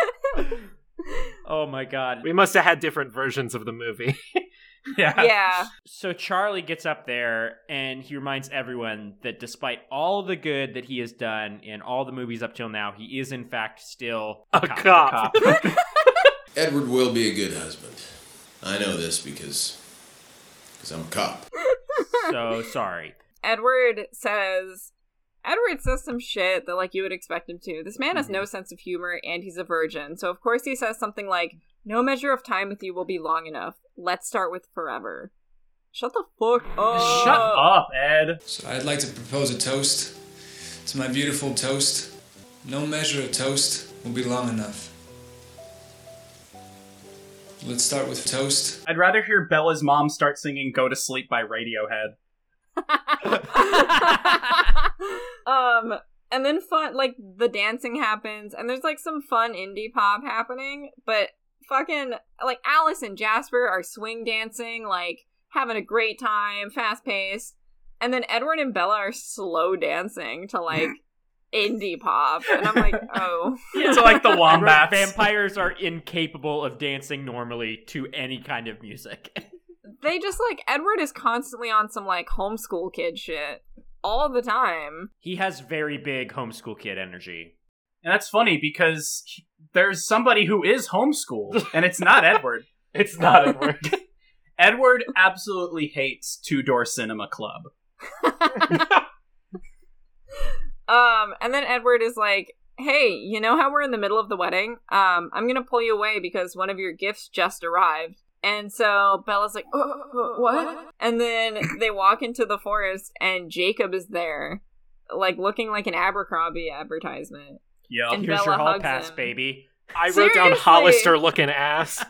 [SPEAKER 5] Oh my god.
[SPEAKER 4] We must have had different versions of the movie.
[SPEAKER 2] yeah.
[SPEAKER 3] yeah.
[SPEAKER 5] So Charlie gets up there and he reminds everyone that despite all the good that he has done in all the movies up till now, he is in fact still
[SPEAKER 4] A cop.
[SPEAKER 6] Edward will be a good husband. I know this because because I'm a cop.
[SPEAKER 5] so sorry.
[SPEAKER 3] Edward says Edward says some shit that like you would expect him to. This man has no sense of humor and he's a virgin. So of course he says something like, No measure of time with you will be long enough. Let's start with forever. Shut the fuck up.
[SPEAKER 2] Shut up, Ed.
[SPEAKER 11] So I'd like to propose a toast to my beautiful toast. No measure of toast will be long enough. Let's start with toast.
[SPEAKER 2] I'd rather hear Bella's mom start singing "Go to Sleep" by Radiohead.
[SPEAKER 3] um and then fun like the dancing happens and there's like some fun indie pop happening but fucking like alice and jasper are swing dancing like having a great time fast paced and then edward and bella are slow dancing to like indie pop and i'm like oh
[SPEAKER 2] to like the wombats.
[SPEAKER 5] Vampires are incapable of dancing normally to any kind of music.
[SPEAKER 3] they just like edward is constantly on some like homeschool kid shit all the time
[SPEAKER 5] He has very big homeschool kid energy.
[SPEAKER 2] And that's funny because he- there's somebody who is homeschooled, and it's not Edward. it's not Edward. Edward absolutely hates Two Door Cinema Club.
[SPEAKER 3] Um, and then Edward is like, "Hey, you know how we're in the middle of the wedding? Um, I'm gonna pull you away because one of your gifts just arrived." And so Bella's like, "Oh, "What?" And then they walk into the forest, and Jacob is there, like looking like an Abercrombie advertisement.
[SPEAKER 2] Yup.
[SPEAKER 3] And
[SPEAKER 5] Here's
[SPEAKER 3] Bella
[SPEAKER 5] your hall
[SPEAKER 3] hugs
[SPEAKER 5] pass,
[SPEAKER 3] him.
[SPEAKER 5] baby.
[SPEAKER 4] I wrote down
[SPEAKER 3] Seriously?
[SPEAKER 4] Hollister looking ass.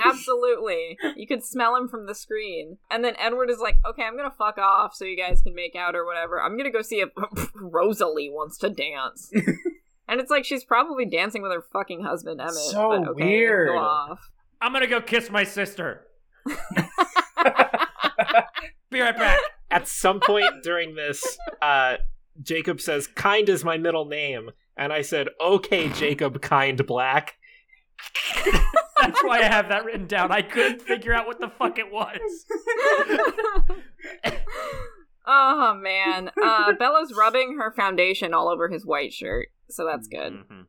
[SPEAKER 3] Absolutely, you could smell him from the screen. And then Edward is like, "Okay, I'm gonna fuck off, so you guys can make out or whatever. I'm gonna go see if Rosalie wants to dance." and it's like she's probably dancing with her fucking husband Emmett.
[SPEAKER 2] So
[SPEAKER 3] but okay,
[SPEAKER 2] weird.
[SPEAKER 3] Go off.
[SPEAKER 5] I'm gonna go kiss my sister. Be right back.
[SPEAKER 4] At some point during this, uh, Jacob says, "Kind is my middle name," and I said, "Okay, Jacob, kind black."
[SPEAKER 5] That's why I have that written down. I couldn't figure out what the fuck it was.
[SPEAKER 3] Oh man, uh, Bella's rubbing her foundation all over his white shirt, so that's good.
[SPEAKER 5] Mhm.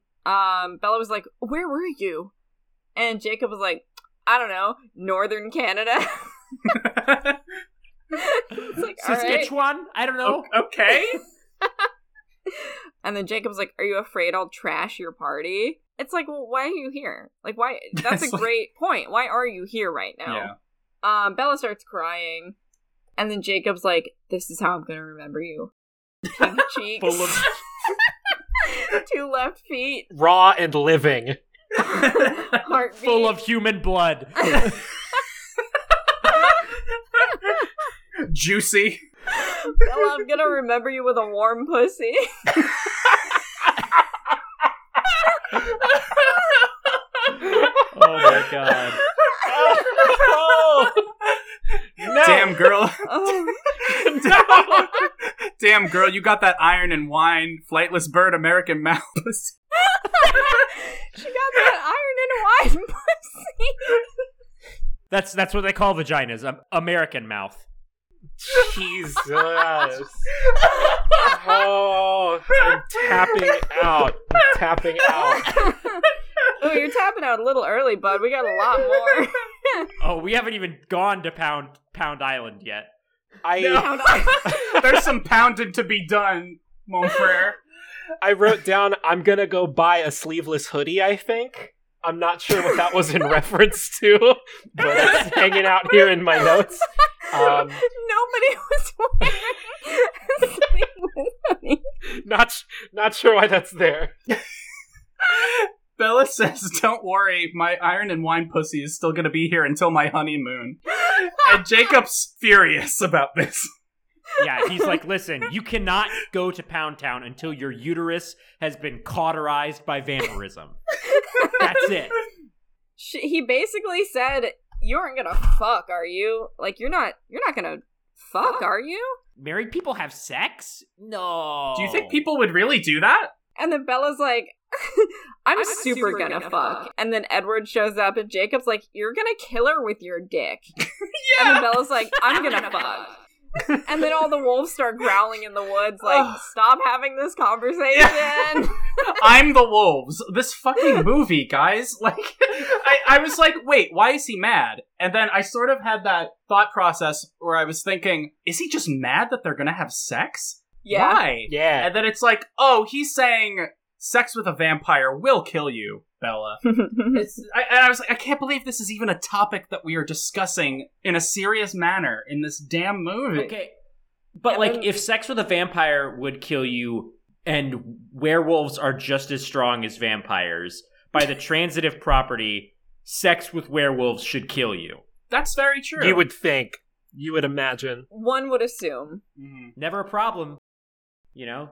[SPEAKER 3] Um, Bella was like, "Where were you?" And Jacob was like, "I don't know, Northern Canada." it's like, all right.
[SPEAKER 5] Saskatchewan? I don't know.
[SPEAKER 2] okay.
[SPEAKER 3] And then Jacob's like, "Are you afraid I'll trash your party?" It's like, "Well, why are you here? Like, why? That's a
[SPEAKER 2] It's like-
[SPEAKER 3] great point. Why are you here right now?" Um, Bella starts crying, and then Jacob's like, "This is how I'm gonna remember you." Pink cheeks.
[SPEAKER 5] Full of
[SPEAKER 3] two left feet,
[SPEAKER 4] raw and living.
[SPEAKER 3] heartbeat.
[SPEAKER 5] Full of human blood.
[SPEAKER 2] Juicy.
[SPEAKER 3] Bella, I'm gonna remember you with a warm pussy.
[SPEAKER 5] Oh my god.
[SPEAKER 2] Oh.
[SPEAKER 4] No.
[SPEAKER 2] Damn girl.
[SPEAKER 3] Oh,
[SPEAKER 2] Damn girl, you got that iron and wine, flightless bird, American mouth.
[SPEAKER 3] she got that iron and wine pussy.
[SPEAKER 5] That's that's what they call vaginas. Um, American mouth.
[SPEAKER 4] Jesus. Oh, I'm tapping out. I'm tapping out.
[SPEAKER 3] Oh, you're tapping out a little early, bud. We got a lot more.
[SPEAKER 5] Oh, we haven't even gone to Pound Pound Island yet.
[SPEAKER 4] I
[SPEAKER 2] There's some pounding to be done, mon frere.
[SPEAKER 4] I wrote down I'm gonna go buy a sleeveless hoodie. I think I'm not sure what that was in reference to, but it's hanging out here in my notes. Um,
[SPEAKER 3] Nobody was wearing sleeveless hoodie.
[SPEAKER 4] not s- not sure why that's there.
[SPEAKER 2] Bella says, Don't worry, my iron and wine pussy is still gonna be here until my honeymoon. And Jacob's furious about this.
[SPEAKER 5] Yeah, he's like, listen, you cannot go to Pound Town until your uterus has been cauterized by vampirism. That's it.
[SPEAKER 3] She, he basically said, "You aren't gonna fuck, are you? Like you're not. You're not gonna fuck, are you?"
[SPEAKER 5] Married people have sex? No.
[SPEAKER 2] Do you think people would really do that?
[SPEAKER 3] And then Bella's like, I'm, super, gonna, fuck. And then Edward shows up, and Jacob's like, You're gonna kill her with your dick. And then Bella's like, I'm gonna fuck. and then all the wolves start growling in the woods, like, Stop having this conversation.
[SPEAKER 2] I'm the wolves. This fucking movie, guys. Like, I, I was like, wait, why is he mad? And then I sort of had that thought process where I was thinking, is he just mad that they're gonna have sex?
[SPEAKER 3] yeah.
[SPEAKER 2] Why?
[SPEAKER 4] Yeah,
[SPEAKER 2] And then it's like, oh, he's saying sex with a vampire will kill you, Bella. It's, I, and I was like, I can't believe this is even a topic that we are discussing in a serious manner in this damn movie.
[SPEAKER 5] Okay. But
[SPEAKER 3] And
[SPEAKER 5] like
[SPEAKER 3] then-
[SPEAKER 5] if sex with a vampire would kill you and werewolves are just as strong as vampires, by the transitive property, sex with werewolves should kill you.
[SPEAKER 2] That's very true.
[SPEAKER 4] you would think, you would imagine.
[SPEAKER 3] One would assume.
[SPEAKER 2] Mhm.
[SPEAKER 5] Never a problem. You know?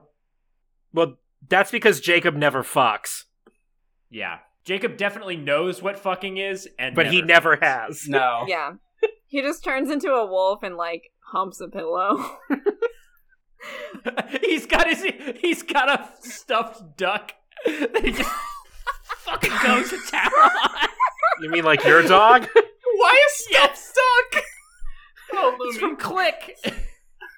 [SPEAKER 4] Well, that's because Jacob never fucks,
[SPEAKER 5] Yeah. Jacob definitely knows what fucking is and
[SPEAKER 4] but he never has.
[SPEAKER 2] No.
[SPEAKER 3] Yeah. He just turns into a wolf and, like, humps a pillow.
[SPEAKER 5] he's got his he's got a stuffed duck that he just fucking goes to town on.
[SPEAKER 4] You mean like your dog?
[SPEAKER 2] Why is Steph stuck? Oh,
[SPEAKER 5] He's from Click.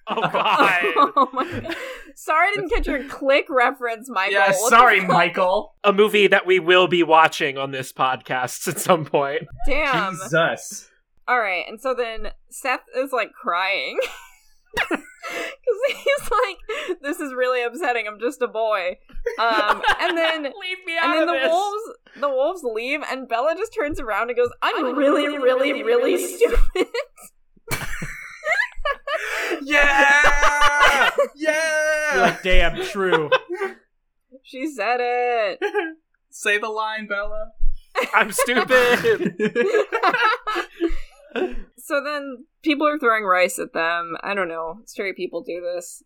[SPEAKER 4] Oh God!
[SPEAKER 3] oh my god. Sorry I didn't catch your click reference, Michael.
[SPEAKER 2] Yeah,
[SPEAKER 3] What the
[SPEAKER 2] sorry,
[SPEAKER 3] fuck?
[SPEAKER 2] Michael.
[SPEAKER 4] A movie that we will be watching on this podcast at some point.
[SPEAKER 3] Damn.
[SPEAKER 2] Jesus.
[SPEAKER 3] All right, and so then Seth is like crying because he's like, "This is really upsetting. I'm just a boy." Um, and then
[SPEAKER 5] Leave me
[SPEAKER 3] and
[SPEAKER 5] out
[SPEAKER 3] then
[SPEAKER 5] of
[SPEAKER 3] the
[SPEAKER 5] this.
[SPEAKER 3] wolves the wolves leave, and Bella just turns around and goes, "I'm, really, really, really, stupid."
[SPEAKER 2] Yeah!
[SPEAKER 5] You're
[SPEAKER 2] yeah!
[SPEAKER 5] like, damn, true.
[SPEAKER 3] she said it.
[SPEAKER 2] Say the line, Bella.
[SPEAKER 4] I'm stupid.
[SPEAKER 3] so then people are throwing rice at them. I don't know. Straight people do this.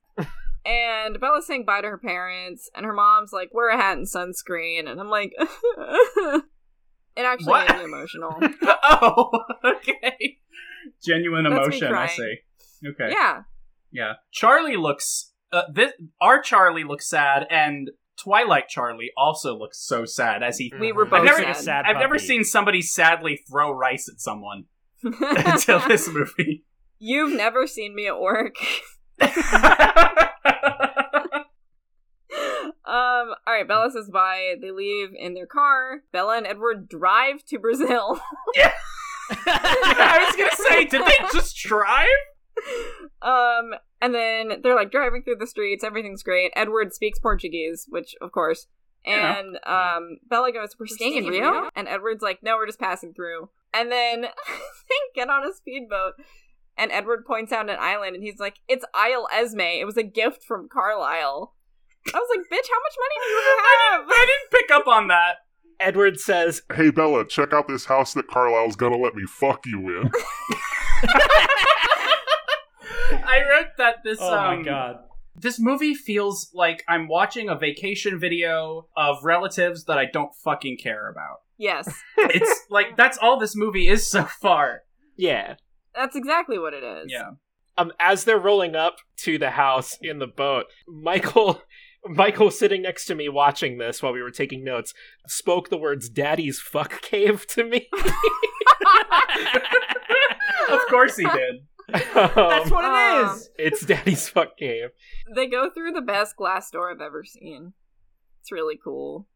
[SPEAKER 3] and Bella's saying bye to her parents, and her mom's like, wear a hat and sunscreen. And I'm like, it actually
[SPEAKER 2] What?
[SPEAKER 3] made me emotional.
[SPEAKER 2] oh, okay. Genuine
[SPEAKER 3] That's me
[SPEAKER 2] emotion, I
[SPEAKER 3] crying.
[SPEAKER 2] see. Okay.
[SPEAKER 3] yeah.
[SPEAKER 2] Yeah. Charlie looks uh, this our Charlie looks sad and Twilight Charlie also looks so sad as he
[SPEAKER 3] We were
[SPEAKER 5] I've
[SPEAKER 3] both
[SPEAKER 2] never-
[SPEAKER 5] seen a
[SPEAKER 3] sad.
[SPEAKER 5] sad
[SPEAKER 2] I've never
[SPEAKER 5] puppy.
[SPEAKER 2] seen somebody sadly throw rice at someone until this movie.
[SPEAKER 3] You've never seen me at work. um, all right, Bella says bye. They leave in their car. Bella and Edward drive to Brazil.
[SPEAKER 2] I was gonna say, did they just drive?
[SPEAKER 3] Um, and then they're like driving through the streets. Everything's great. Edward speaks Portuguese, which of course.
[SPEAKER 2] Yeah.
[SPEAKER 3] And um, Bella goes, "We're staying in Rio," and Edward's like, "No, we're just passing through." And then they get on a speedboat, and Edward points out an island, and he's like, "It's Isle Esme. It was a gift from Carlisle." I was like, bitch, how much money do you have? I
[SPEAKER 2] didn't pick up on that.
[SPEAKER 4] Edward says,
[SPEAKER 12] Hey Bella, check out this house that Carlisle's gonna let me fuck you in.
[SPEAKER 2] I wrote that this.
[SPEAKER 5] Oh my
[SPEAKER 2] um,
[SPEAKER 5] God.
[SPEAKER 2] This movie feels like I'm watching a vacation video of relatives that I don't fucking care about.
[SPEAKER 3] Yes,
[SPEAKER 2] It's like that's all this movie is so far.
[SPEAKER 4] Yeah.
[SPEAKER 3] that's exactly what it is.
[SPEAKER 2] Yeah.
[SPEAKER 4] Um, as they're rolling up to the house in the boat, Michael, Michael sitting next to me watching this while we were taking notes, spoke the words "Daddy's fuck cave" to me.
[SPEAKER 2] Of course he did.
[SPEAKER 4] Um,
[SPEAKER 3] what it is.
[SPEAKER 4] it's Daddy's fuck cave.
[SPEAKER 3] They go through the best glass door I've ever seen. It's really cool.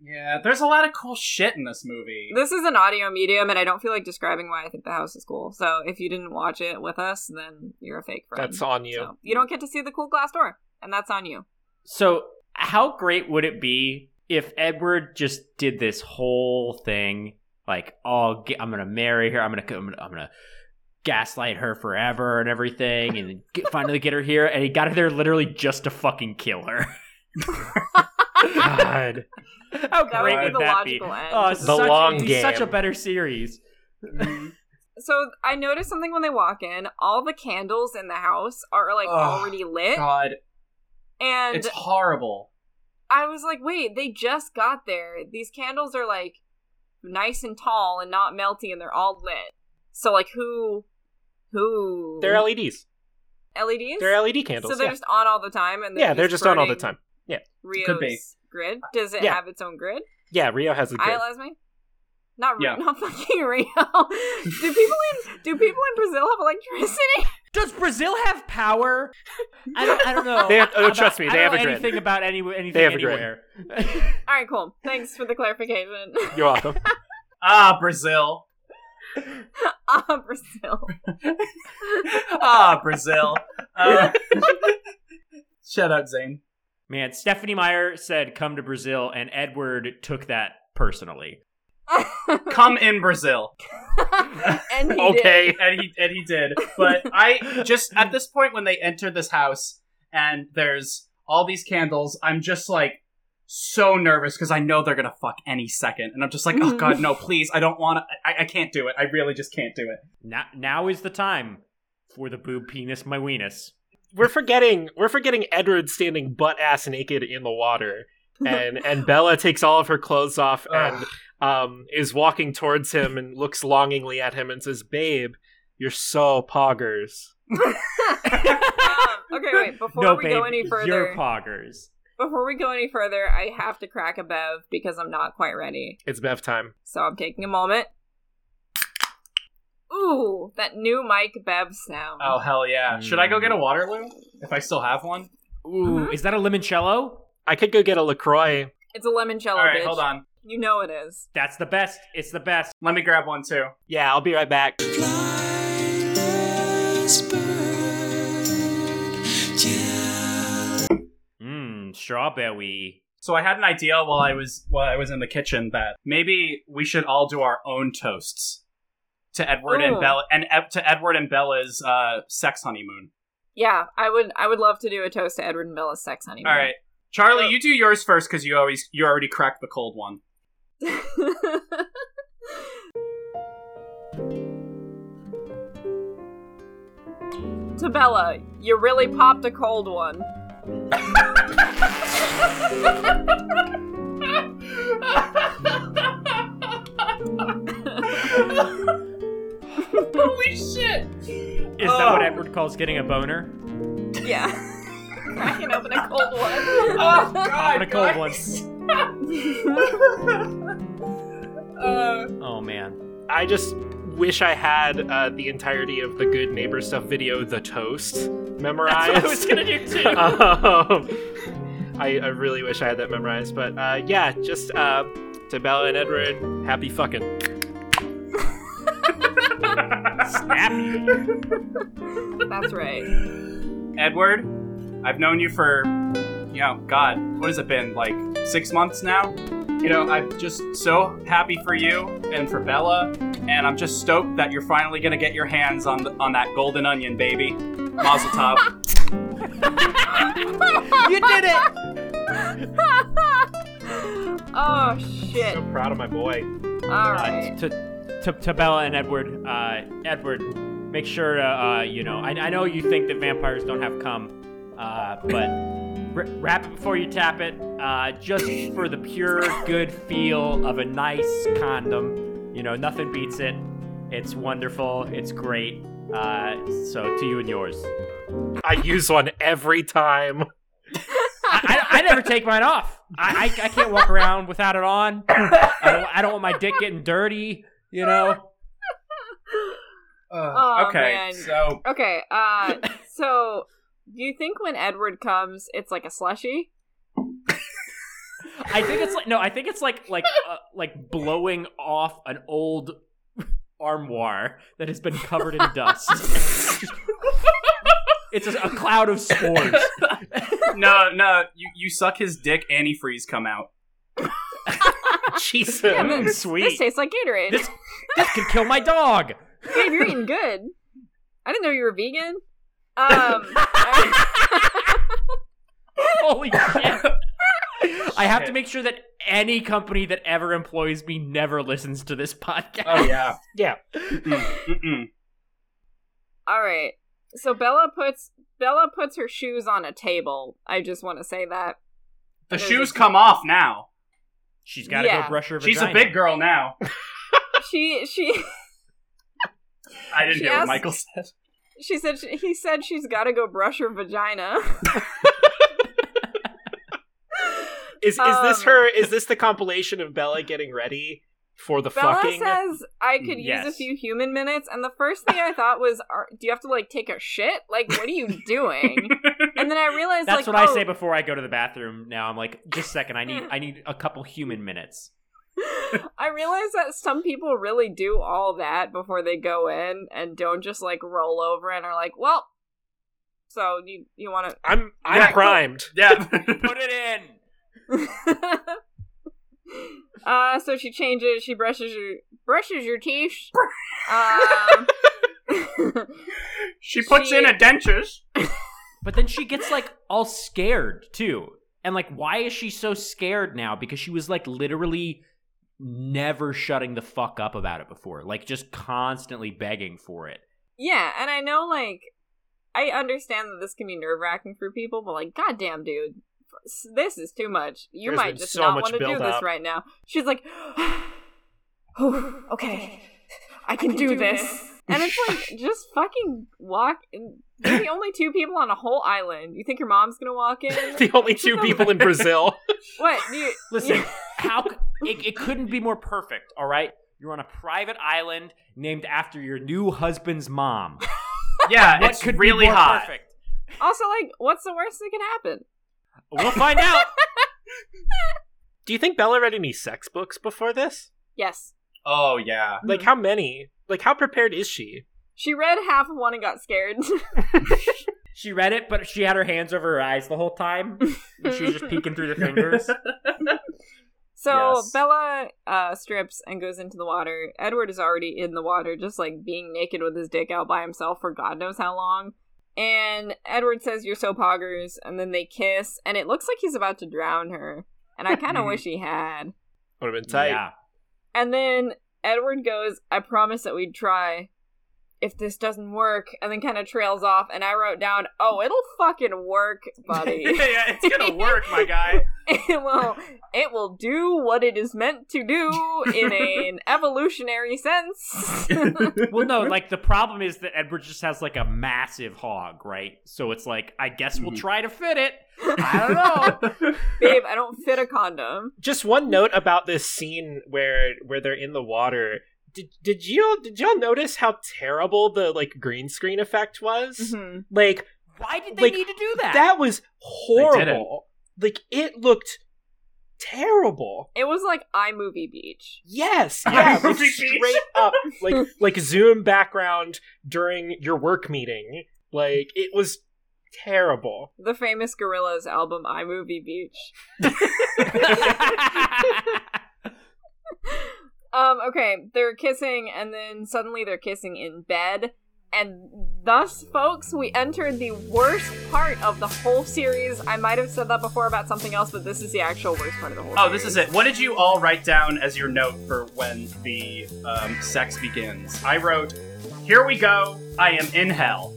[SPEAKER 2] Yeah, there's a lot of cool shit in this movie.
[SPEAKER 3] This is an audio medium, and I don't feel like describing why I think the house is cool. So if you didn't watch it with us, then you're a fake friend.
[SPEAKER 4] That's on you.
[SPEAKER 3] So you don't get to see the cool glass door, and that's on you.
[SPEAKER 5] So, how great would it be if Edward just did this whole thing? Like, oh, g- I'm gonna marry her. I'm gonna, I'm gonna, I'm gonna gaslight her forever and everything, and get, finally get her here. And he got her there literally just to fucking kill her.
[SPEAKER 4] God,
[SPEAKER 5] how
[SPEAKER 3] That
[SPEAKER 5] great
[SPEAKER 3] would be
[SPEAKER 5] would
[SPEAKER 3] the
[SPEAKER 5] that be?
[SPEAKER 3] logical end.
[SPEAKER 5] Oh,
[SPEAKER 4] The
[SPEAKER 5] such,
[SPEAKER 4] long
[SPEAKER 5] it'd be Such a
[SPEAKER 4] game.
[SPEAKER 5] better series.
[SPEAKER 2] Mm,
[SPEAKER 3] So I noticed something when they walk in. All the candles in the house are like
[SPEAKER 2] Oh,
[SPEAKER 3] already lit,
[SPEAKER 2] God,
[SPEAKER 3] and
[SPEAKER 2] it's horrible.
[SPEAKER 3] I was like, wait, they just got there. These candles are like nice and tall and not melty, and they're all lit. So like, who, who?
[SPEAKER 4] they're LEDs.
[SPEAKER 3] LEDs.
[SPEAKER 4] They're LED candles.
[SPEAKER 3] So they're
[SPEAKER 4] yeah.
[SPEAKER 3] just on all the time, and they're
[SPEAKER 4] yeah, they're just on all the
[SPEAKER 3] burning
[SPEAKER 4] time. Yeah,
[SPEAKER 3] Rio's
[SPEAKER 2] Could be. Uh,
[SPEAKER 3] grid. Does it
[SPEAKER 4] Yeah.
[SPEAKER 3] have its own grid?
[SPEAKER 4] yeah. Rio has a
[SPEAKER 3] I
[SPEAKER 4] grid.
[SPEAKER 3] allows me. Not Rio,
[SPEAKER 2] Yeah.
[SPEAKER 3] not fucking Rio. do people in do people in Brazil have electricity?
[SPEAKER 5] Does Brazil have power? I don't, I don't know.
[SPEAKER 4] They have- oh,
[SPEAKER 5] about-
[SPEAKER 4] trust me,
[SPEAKER 5] I
[SPEAKER 4] they
[SPEAKER 5] don't
[SPEAKER 4] have a
[SPEAKER 5] know
[SPEAKER 4] grid.
[SPEAKER 5] anything about any, anything
[SPEAKER 4] They have a grid.
[SPEAKER 5] anywhere.
[SPEAKER 3] All right, cool. Thanks for the clarification.
[SPEAKER 4] You're welcome.
[SPEAKER 2] Ah, Brazil.
[SPEAKER 3] Ah, Brazil.
[SPEAKER 2] ah, Brazil. Uh, shut up, Zane.
[SPEAKER 5] Man, Stephanie Meyer said, "Come to Brazil," and Edward took that personally.
[SPEAKER 2] Come in Brazil,
[SPEAKER 3] and he did.
[SPEAKER 4] okay.
[SPEAKER 2] and he and he did. But I just at this point when they enter this house and there's all these candles, I'm just like so nervous because I know they're gonna fuck any second, and I'm just like, oh
[SPEAKER 3] Mhm.
[SPEAKER 2] god, no, please, I don't want to. I, I can't do it. I really just can't do it.
[SPEAKER 5] Now, now is the time for the boob, penis, my weenus.
[SPEAKER 4] We're forgetting. We're forgetting Edward standing butt ass naked in the water, and and Bella takes all of her clothes off and um is walking towards him and looks longingly at him and says, "Babe, you're so poggers."
[SPEAKER 3] Um, okay, wait. Before
[SPEAKER 5] no,
[SPEAKER 3] we
[SPEAKER 5] babe,
[SPEAKER 3] go any further,
[SPEAKER 5] you're poggers.
[SPEAKER 3] before we go any further, I have to crack a bev because I'm not quite ready.
[SPEAKER 4] It's Bev time.
[SPEAKER 3] So I'm taking a moment. Ooh, that new Mike Bev sound.
[SPEAKER 2] Oh hell yeah! Should I go get a Waterloo if I still have one?
[SPEAKER 3] Uh-huh.
[SPEAKER 5] Ooh, is that a limoncello?
[SPEAKER 4] I could go get a Lacroix.
[SPEAKER 3] It's a limoncello.
[SPEAKER 2] All right,
[SPEAKER 3] bitch.
[SPEAKER 2] hold on.
[SPEAKER 3] You know it is.
[SPEAKER 5] That's the best. It's the best.
[SPEAKER 2] Let me grab one too.
[SPEAKER 4] Yeah, I'll be right back.
[SPEAKER 5] Mmm, strawberry.
[SPEAKER 2] So I had an idea while I was while I was in the kitchen that maybe we should all do our own toasts to Edward and
[SPEAKER 3] Ooh.
[SPEAKER 2] Bella and Ed- to Edward and Bella's uh, sex honeymoon.
[SPEAKER 3] Yeah, I would. I would love to do a toast to Edward and Bella's sex honeymoon.
[SPEAKER 2] All right, Charlie,
[SPEAKER 3] Mm. Oh.
[SPEAKER 2] you do yours first because you always you already cracked the cold one.
[SPEAKER 3] to Bella, you really popped a cold one.
[SPEAKER 2] Holy shit!
[SPEAKER 5] Is that
[SPEAKER 3] Oh.
[SPEAKER 5] what Edward calls getting a boner?
[SPEAKER 3] Yeah. Cracking open a cold one.
[SPEAKER 2] Oh god!
[SPEAKER 5] What a cold one.
[SPEAKER 3] Uh,
[SPEAKER 5] Oh man.
[SPEAKER 4] I just wish I had uh, the entirety of the Good Neighbor Stuff video, The Toast, memorized.
[SPEAKER 5] That's what I was gonna do too.
[SPEAKER 4] um, I, I really wish I had that memorized, but uh, yeah, just uh, to Bella and Edward, happy fucking.
[SPEAKER 5] Snappy.
[SPEAKER 3] That's right.
[SPEAKER 2] Edward, I've known you for, you know, God, what has it been, like six months now? You know, I'm just so happy for you and for Bella, and I'm just stoked that you're finally gonna get your hands on the, on that golden onion, baby. Mazel tov.
[SPEAKER 5] You did it!
[SPEAKER 3] oh shit!
[SPEAKER 4] So proud of my boy.
[SPEAKER 3] All
[SPEAKER 5] Uh,
[SPEAKER 3] right.
[SPEAKER 5] to, to, to Bella and Edward, uh, Edward, make sure to, uh, you know, I, I know you think that vampires don't have cum, uh, but r- wrap it before you tap it, uh, just for the pure good feel of a nice condom. You know, nothing beats it. It's wonderful. It's great. Uh, so to you and yours.
[SPEAKER 4] I use one every time.
[SPEAKER 5] I, I, I never take mine off. I, I, I can't walk around without it on. I don't, I don't want my dick getting dirty. You know.
[SPEAKER 3] Oh,
[SPEAKER 2] okay,
[SPEAKER 3] man.
[SPEAKER 2] so
[SPEAKER 3] Okay. Uh, so do you think when Edward comes, it's like a slushy?
[SPEAKER 5] I think it's like no. I think it's like like uh, like blowing off an old armoire that has been covered in dust. it's a, a cloud of spores.
[SPEAKER 2] no, no, you, you suck his dick, antifreeze come out.
[SPEAKER 4] Jesus,
[SPEAKER 3] Yeah, but this, This tastes like Gatorade.
[SPEAKER 5] This, this could kill my dog.
[SPEAKER 3] Babe, you're eating good. I didn't know you were vegan. Um,
[SPEAKER 5] Holy shit! I have to make sure that any company that ever employs me never listens to this podcast.
[SPEAKER 2] Oh yeah,
[SPEAKER 4] yeah.
[SPEAKER 2] Mm-mm.
[SPEAKER 3] all right. So Bella puts Bella puts her shoes on a table. I just want to say that.
[SPEAKER 2] The shoes come off now.
[SPEAKER 5] She's got to
[SPEAKER 3] Yeah.
[SPEAKER 5] go brush her.
[SPEAKER 2] She's a
[SPEAKER 5] vagina.
[SPEAKER 2] big girl now.
[SPEAKER 3] She she
[SPEAKER 2] I didn't
[SPEAKER 3] She
[SPEAKER 2] hear what
[SPEAKER 3] asked-
[SPEAKER 2] Michael said.
[SPEAKER 3] she said she, he said she's got to go brush her vagina.
[SPEAKER 4] Is is this
[SPEAKER 3] Um,
[SPEAKER 4] her? Is this the compilation of Bella getting ready for the
[SPEAKER 3] Bella
[SPEAKER 4] fucking?
[SPEAKER 3] says I could use
[SPEAKER 5] Yes.
[SPEAKER 3] a few human minutes, and the first thing I thought was, Are, "Do you have to like take a shit? Like, what are you doing?" and then I realized,
[SPEAKER 5] That's
[SPEAKER 3] like,
[SPEAKER 5] what I
[SPEAKER 3] oh,
[SPEAKER 5] say before I go to the bathroom. Now I'm like, just a second. I need I need a couple human minutes.
[SPEAKER 3] oh, I realize that some people really do all that before they go in and don't just like roll over and are like, well, so you you want
[SPEAKER 4] I'm I'm
[SPEAKER 2] Yeah.
[SPEAKER 4] primed.
[SPEAKER 2] Yeah.
[SPEAKER 5] Put it in.
[SPEAKER 3] to? uh, so she changes. She brushes your brushes your teeth. um,
[SPEAKER 2] She puts
[SPEAKER 3] She-
[SPEAKER 2] in a dentures.
[SPEAKER 5] But then she gets like all scared too. And like, why is she so scared now? Because she was like literally never shutting the fuck up about it before. Like just constantly begging for it.
[SPEAKER 3] yeah, and I know like I understand that this can be nerve wracking for people, but like, goddamn, dude. This is too much. You
[SPEAKER 4] There's
[SPEAKER 3] might
[SPEAKER 4] been
[SPEAKER 3] just
[SPEAKER 4] so
[SPEAKER 3] not
[SPEAKER 4] much
[SPEAKER 3] want to do
[SPEAKER 4] build
[SPEAKER 3] this
[SPEAKER 4] up.
[SPEAKER 3] right now. She's like, "Whew, okay, I can, do, this. And it's like, just fucking walk. In. You're the only two people on a whole island. You think your mom's gonna walk in?
[SPEAKER 4] the only two people in Brazil.
[SPEAKER 3] what? You,
[SPEAKER 5] Listen, how c- it, it couldn't be more perfect. All right, you're on a private island named after your new husband's mom.
[SPEAKER 2] Yeah,
[SPEAKER 5] What
[SPEAKER 2] it's
[SPEAKER 5] could
[SPEAKER 2] really
[SPEAKER 5] be more
[SPEAKER 2] hot.
[SPEAKER 5] perfect?
[SPEAKER 3] also, like, what's the worst that can happen?
[SPEAKER 5] We'll find out.
[SPEAKER 4] Do you think Bella read any sex books before this?
[SPEAKER 3] Yes,
[SPEAKER 2] Oh yeah.
[SPEAKER 5] Mm.
[SPEAKER 4] Like how many? Like how prepared is she?
[SPEAKER 3] she read half of one and got scared.
[SPEAKER 5] She read it, but she had her hands over her eyes the whole time. And she was just peeking through the fingers.
[SPEAKER 3] so
[SPEAKER 2] Yes.
[SPEAKER 3] Bella uh, strips and goes into the water. Edward is already in the water, just like being naked with his dick out by himself for God knows how long. And Edward says, "You're so poggers," and then they kiss, and it looks like he's about to drown her. And I kind of wish he had.
[SPEAKER 4] Would have been tight.
[SPEAKER 5] Yeah.
[SPEAKER 3] And then Edward goes, I promise that we'd try if this doesn't work, and then kind of trails off. And I wrote down, Oh, it'll fucking work, buddy.
[SPEAKER 2] yeah, it's gonna work, my guy.
[SPEAKER 3] it will it will do what it is meant to do in an evolutionary sense.
[SPEAKER 5] Well, no, like the problem is that Edward just has like a massive hog, right? So it's like, I guess
[SPEAKER 4] Hmm.
[SPEAKER 5] we'll
[SPEAKER 2] Mhm.
[SPEAKER 5] try to fit it. I don't know.
[SPEAKER 3] Babe, I don't fit a condom.
[SPEAKER 4] Just one note about this scene where where they're in the water. Did did you did y'all notice how terrible the like green screen effect was?
[SPEAKER 3] Mhm.
[SPEAKER 4] Like
[SPEAKER 5] Why did they
[SPEAKER 4] Like,
[SPEAKER 5] need to do Mm-hmm. that?
[SPEAKER 4] that was
[SPEAKER 2] They
[SPEAKER 4] horrible. Like it looked terrible.
[SPEAKER 3] It was like iMovie Beach.
[SPEAKER 4] Yes, yeah, like,
[SPEAKER 2] Movie beach.
[SPEAKER 4] straight up, like like Zoom background during your work meeting. Like it was terrible.
[SPEAKER 3] The famous Gorillas album iMovie Beach. Um, okay, they're kissing and then suddenly they're kissing in bed And thus, folks, we entered the worst part of the whole series. I might have said that before about something else, but this is the actual worst part of the whole
[SPEAKER 2] Oh, this is it. What did you all write down as your note for when the um, sex begins? I wrote, "Here we go. I am in hell."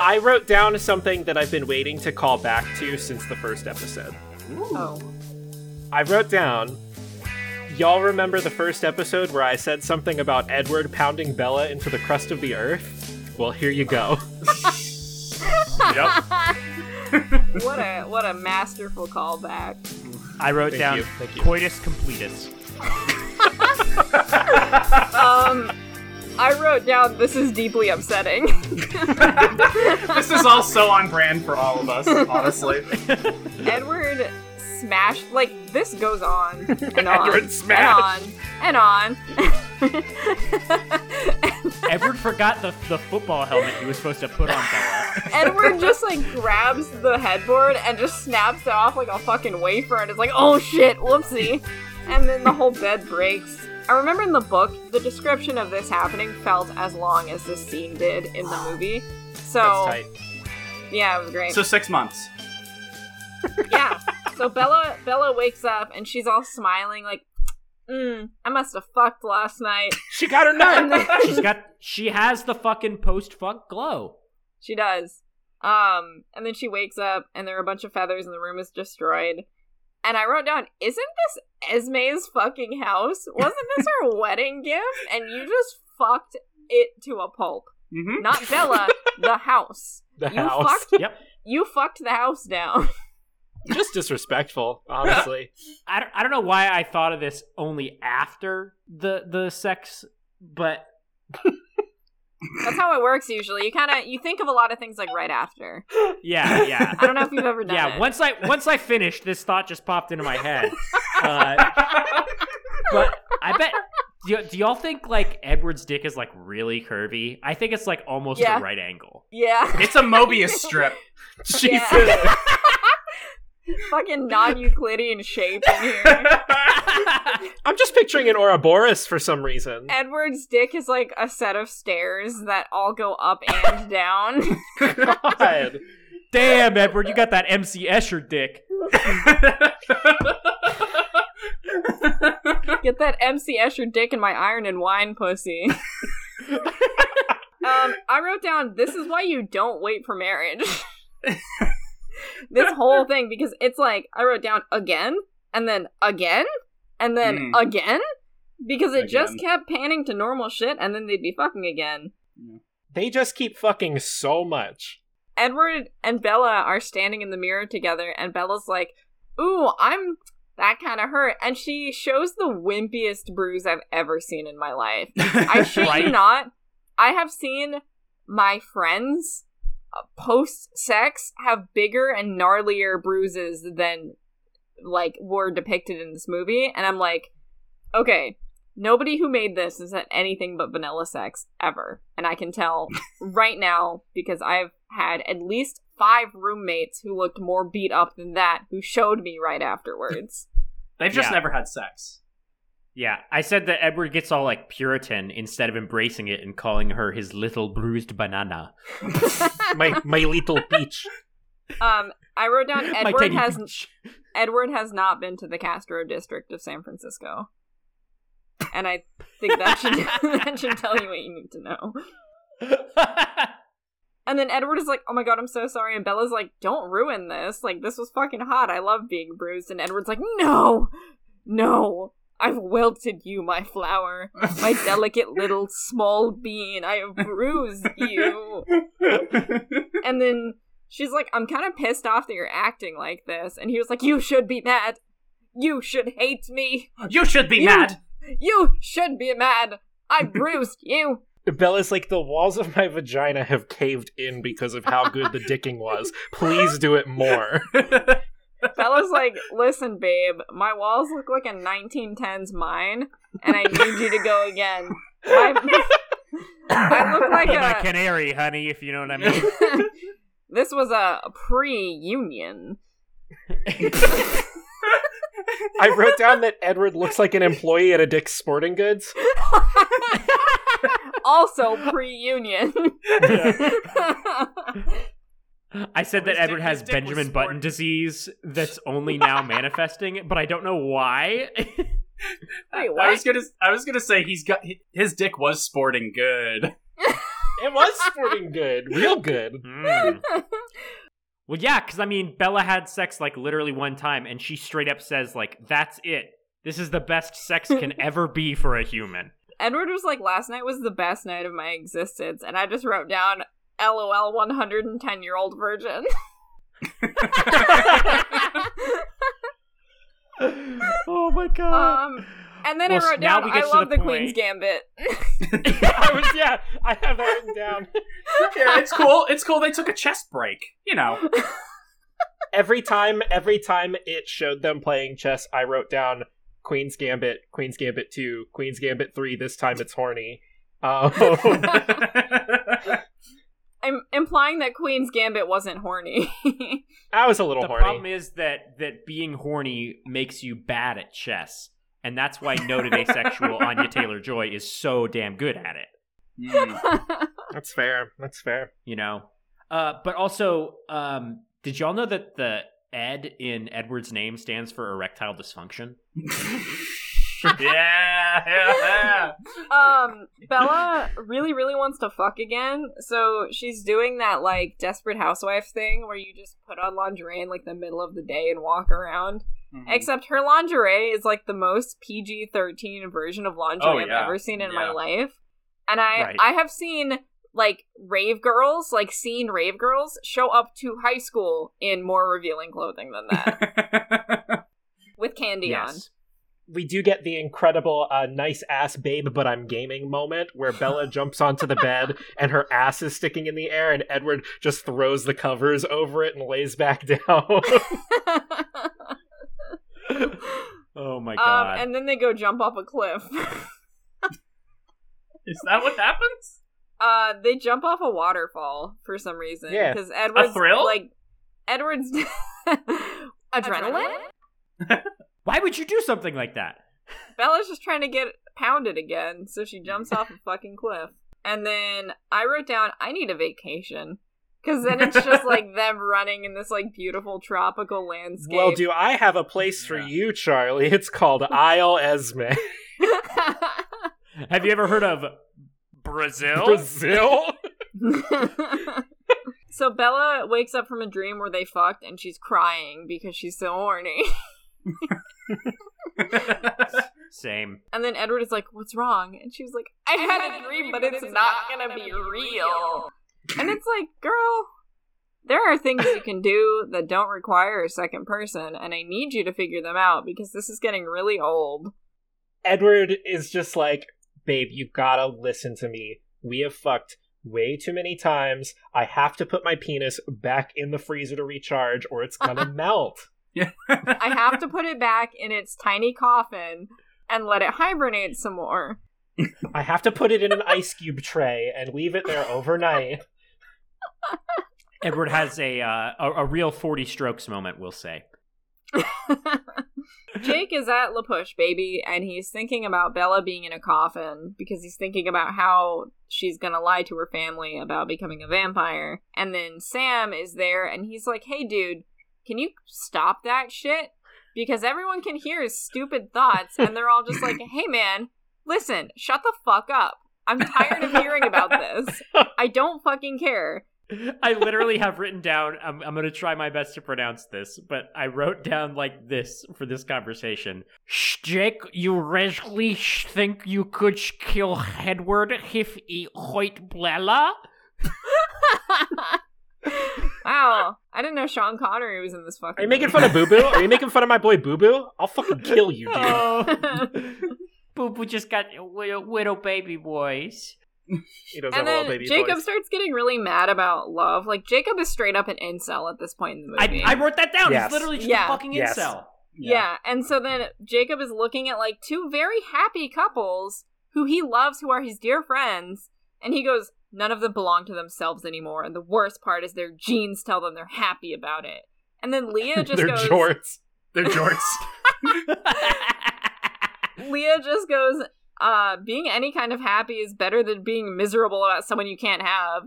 [SPEAKER 4] I wrote down something that I've been waiting to call back to since the first episode.
[SPEAKER 3] Oh.
[SPEAKER 4] I wrote down. Y'all remember the first episode where I said something about Edward pounding Bella into the crust of the earth? Well, here you go. Yep.
[SPEAKER 3] Oh, what a what a masterful callback.
[SPEAKER 13] I wrote
[SPEAKER 4] Thank
[SPEAKER 13] down
[SPEAKER 4] you,
[SPEAKER 13] coitus completus.
[SPEAKER 3] um, I wrote down this is deeply upsetting.
[SPEAKER 2] this is all so on brand for all of us, honestly.
[SPEAKER 3] Edward smashed like this goes on and on
[SPEAKER 2] Edward smashed.
[SPEAKER 3] and on and on.
[SPEAKER 13] Edward forgot the, the football helmet he was supposed to put on Bella.
[SPEAKER 3] Edward just like grabs the headboard and just snaps it off like a fucking wafer and is like, oh shit, whoopsie. And then the whole bed breaks. I remember in the book, the description of this happening felt as long as this scene did in the movie. So,
[SPEAKER 2] That's
[SPEAKER 3] yeah, it was great.
[SPEAKER 2] So six months.
[SPEAKER 3] So Bella Bella wakes up and she's all smiling like, mm, I must have fucked last night.
[SPEAKER 4] She got her nut.
[SPEAKER 5] She's got she has the fucking post fuck glow.
[SPEAKER 3] She does. Um, and then she wakes up and there are a bunch of feathers and the room is destroyed. And I wrote down, isn't this Esme's fucking house? Wasn't this her wedding gift? And you just fucked it to a pulp.
[SPEAKER 2] Mm-hmm.
[SPEAKER 3] Not Bella, the house.
[SPEAKER 4] The
[SPEAKER 3] you
[SPEAKER 4] house.
[SPEAKER 3] Fucked,
[SPEAKER 5] yep.
[SPEAKER 3] You fucked the house down.
[SPEAKER 4] Just disrespectful, honestly.
[SPEAKER 5] I don't, I don't know why I thought of this only after the the sex, but
[SPEAKER 3] That's how it works usually. You kind of you think of a lot of things like right after.
[SPEAKER 5] yeah, yeah.
[SPEAKER 3] I don't know if you've ever done
[SPEAKER 5] yeah,
[SPEAKER 3] it.
[SPEAKER 5] once I once I finished, this thought just popped into my head. Uh, but I bet. Do, y- do y'all think like Edward's dick is like really curvy? I think it's like almost
[SPEAKER 3] Yeah.
[SPEAKER 5] a right angle.
[SPEAKER 3] Yeah.
[SPEAKER 2] It's a Mobius strip.
[SPEAKER 4] Jesus.
[SPEAKER 3] Fucking non-Euclidean shape in here.
[SPEAKER 4] I'm just picturing an Ouroboros for some reason.
[SPEAKER 3] Edward's dick is like a set of stairs that all go up and down.
[SPEAKER 4] God.
[SPEAKER 5] Damn, Edward, you got that MC Escher dick.
[SPEAKER 3] Get that MC Escher dick in my iron and wine pussy. um, I wrote down this is why you don't wait for marriage. this whole thing because it's like I wrote down again and then again and then
[SPEAKER 2] Mm.
[SPEAKER 3] again because it just
[SPEAKER 4] Again.
[SPEAKER 3] kept panning to normal shit and then they'd be fucking again.
[SPEAKER 4] They just keep fucking so much.
[SPEAKER 3] Edward and Bella are standing in the mirror together, and Bella's like, Ooh, I'm that kind of hurt. And she shows the wimpiest bruise I've ever seen in my life. I shit you
[SPEAKER 5] Right.
[SPEAKER 3] not. I have seen my friends post sex have bigger and gnarlier bruises than like were depicted in this movie. And I'm like, okay, nobody who made this has had anything but vanilla sex ever. And I can tell right now because I've had at least five roommates who looked more beat up than that who showed me right afterwards.
[SPEAKER 2] They've just
[SPEAKER 5] Yeah.
[SPEAKER 2] never had sex.
[SPEAKER 5] Yeah, I said that Edward gets all like Puritan instead of embracing it and calling her his little bruised banana.
[SPEAKER 4] My my little peach.
[SPEAKER 3] Um, I wrote down
[SPEAKER 5] My
[SPEAKER 3] Edward
[SPEAKER 5] tiny
[SPEAKER 3] has Edward has not been to the Castro district of San Francisco, and I think that should that should tell you what you need to know. And then Edward is like, "Oh my god, I'm so sorry," and Bella's like, "Don't ruin this. Like this was fucking hot. I love being bruised." And Edward's like, "No, no." I've wilted you, my flower, my delicate little small bean. I have bruised you. And then she's like, I'm kind of pissed off that you're acting like this. And he was like, You should be mad. You should hate me.
[SPEAKER 2] You should be
[SPEAKER 3] You-
[SPEAKER 2] mad.
[SPEAKER 3] You should be mad. I bruised you.
[SPEAKER 4] Bella's like the walls of my vagina have caved in because of how good the dicking was. Please do it more.
[SPEAKER 3] Bella's like, Listen, babe, my walls look like a 1910s mine, and I need you to go again. My- I look like
[SPEAKER 13] I'm a
[SPEAKER 3] a-
[SPEAKER 13] canary, honey, if you know what I mean.
[SPEAKER 3] this was a pre union.
[SPEAKER 4] I wrote down that Edward looks like an employee at a Dick's Sporting Goods.
[SPEAKER 3] also pre-union.
[SPEAKER 5] I said that Edward has Benjamin Button disease that's only now manifesting, but I don't know why.
[SPEAKER 3] Wait,
[SPEAKER 2] I was gonna, I was gonna say he's got his dick was sporting good.
[SPEAKER 4] it was sporting good, real good.
[SPEAKER 5] Hmm. Well, yeah, because I mean, Bella had sex like literally one time, and she straight up says, like, that's it. This is the best sex can ever be for a human.
[SPEAKER 3] Edward was like, last night was the best night of my existence, and I just wrote down, "LOL, 110 year old virgin."
[SPEAKER 5] oh my god.
[SPEAKER 3] Um, and then
[SPEAKER 5] Well,
[SPEAKER 3] I
[SPEAKER 5] s-
[SPEAKER 3] wrote
[SPEAKER 5] now
[SPEAKER 3] down,
[SPEAKER 5] we
[SPEAKER 3] "I
[SPEAKER 5] get to
[SPEAKER 3] love
[SPEAKER 5] the
[SPEAKER 3] the, Queen's
[SPEAKER 5] point.
[SPEAKER 3] Gambit."
[SPEAKER 4] I was, yeah, I have that written down.
[SPEAKER 2] yeah, it's cool. It's cool. They took a chest break. You know,
[SPEAKER 4] Every time, every time it showed them playing chess, I wrote down Queen's Gambit, Queen's Gambit two, Queen's Gambit three. This time it's horny. Um,
[SPEAKER 3] I'm implying that Queen's Gambit wasn't horny.
[SPEAKER 4] I was a little
[SPEAKER 5] the
[SPEAKER 4] horny.
[SPEAKER 5] problem is that that being horny makes you bad at chess, and that's why noted asexual Anya Taylor Joy is so damn good at it.
[SPEAKER 3] Mm,
[SPEAKER 4] That's fair. That's fair.
[SPEAKER 5] You know, uh, but also, um, did y'all know that the Ed in Edward's name stands for erectile dysfunction?
[SPEAKER 2] yeah.
[SPEAKER 3] um, Bella really, really wants to fuck again, so she's doing that like desperate housewife thing where you just put on lingerie in like the middle of the day and walk around.
[SPEAKER 14] Mm-hmm.
[SPEAKER 3] Except her lingerie is like the most PG thirteen version of lingerie
[SPEAKER 14] Oh, yeah.
[SPEAKER 3] I've ever seen in my
[SPEAKER 14] Yeah.
[SPEAKER 3] life, and I
[SPEAKER 14] Right.
[SPEAKER 3] I have seen like rave girls, like seen rave girls show up to high school in more revealing clothing than that, with candy on.
[SPEAKER 4] we do get the incredible uh, nice ass babe but i'm gaming moment where bella jumps onto the bed and her ass is sticking in the air and edward just throws the covers over it and lays back down
[SPEAKER 5] Oh my
[SPEAKER 3] Um, and then they go jump off a cliff.
[SPEAKER 2] Is that what happens?
[SPEAKER 3] Uh, they jump off a waterfall for some reason.
[SPEAKER 2] Yeah.
[SPEAKER 3] because
[SPEAKER 2] A
[SPEAKER 3] Edward's
[SPEAKER 2] thrill?
[SPEAKER 3] like Edward's adrenaline.
[SPEAKER 5] Why would you do something like that?
[SPEAKER 3] Bella's just trying to get pounded again, so she jumps off a fucking cliff. And then I wrote down, I need a vacation. Because then it's just like them running in this like beautiful tropical landscape.
[SPEAKER 4] well do i have a place for you charlie it's called isle esme
[SPEAKER 5] have you ever heard of Brazil?
[SPEAKER 4] Brazil?
[SPEAKER 3] so Bella wakes up from a dream where they fucked and she's crying because she's so horny.
[SPEAKER 5] Same.
[SPEAKER 3] And then Edward is like, What's wrong? And she was like, I had a dream, but it's not gonna be real. And it's like, Girl, there are things you can do that don't require a second person, and I need you to figure them out because this is getting really old.
[SPEAKER 4] edward is just like babe you gotta listen to me we have fucked way too many times i have to put my penis back in the freezer to recharge or it's gonna melt
[SPEAKER 3] I have to put it back in its tiny coffin and let it hibernate some more.
[SPEAKER 4] I have to put it in an ice cube tray and leave it there overnight.
[SPEAKER 5] Edward has a, uh, a a real forty strokes moment, we'll say.
[SPEAKER 3] Jake is at La Push, baby, and he's thinking about Bella being in a coffin because he's thinking about how she's gonna lie to her family about becoming a vampire. And then Sam is there and he's like, hey, dude, can you stop that shit? Because everyone can hear his stupid thoughts and they're all just like, hey, man, listen, shut the fuck up. I'm tired of hearing about this. I don't fucking care.
[SPEAKER 5] I literally have written down. I'm, I'm going to try my best to pronounce this, but I wrote down like this for this conversation. Sh- Jake, you really sh- think you could sh- kill Edward if he hoit Bella?
[SPEAKER 3] Wow. I didn't know Sean Connery was in this fucking
[SPEAKER 4] Are you making fun of Boo Boo? Are you making fun of my boy Boo Boo? I'll fucking kill you, dude.
[SPEAKER 3] Uh, Oh.
[SPEAKER 5] Boo Boo just got uh, little, little baby boys.
[SPEAKER 4] He does
[SPEAKER 3] and then Jacob starts getting really mad about love. Like Jacob is straight up an incel at this point in the
[SPEAKER 5] I,
[SPEAKER 3] movie.
[SPEAKER 5] I wrote that down.
[SPEAKER 4] Yes.
[SPEAKER 5] He's literally just
[SPEAKER 3] Yeah.
[SPEAKER 5] a fucking
[SPEAKER 4] Yes.
[SPEAKER 5] incel.
[SPEAKER 3] yeah. and so then Jacob is looking at like two very happy couples who he loves, who are his dear friends, and he goes, "None of them belong to themselves anymore." And the worst part is their genes tell them they're happy about it. And then Leah just
[SPEAKER 4] They're
[SPEAKER 3] goes,
[SPEAKER 4] jorts.
[SPEAKER 2] They're jorts.
[SPEAKER 3] Leah just goes, uh, being any kind of happy is better than being miserable about someone you can't have.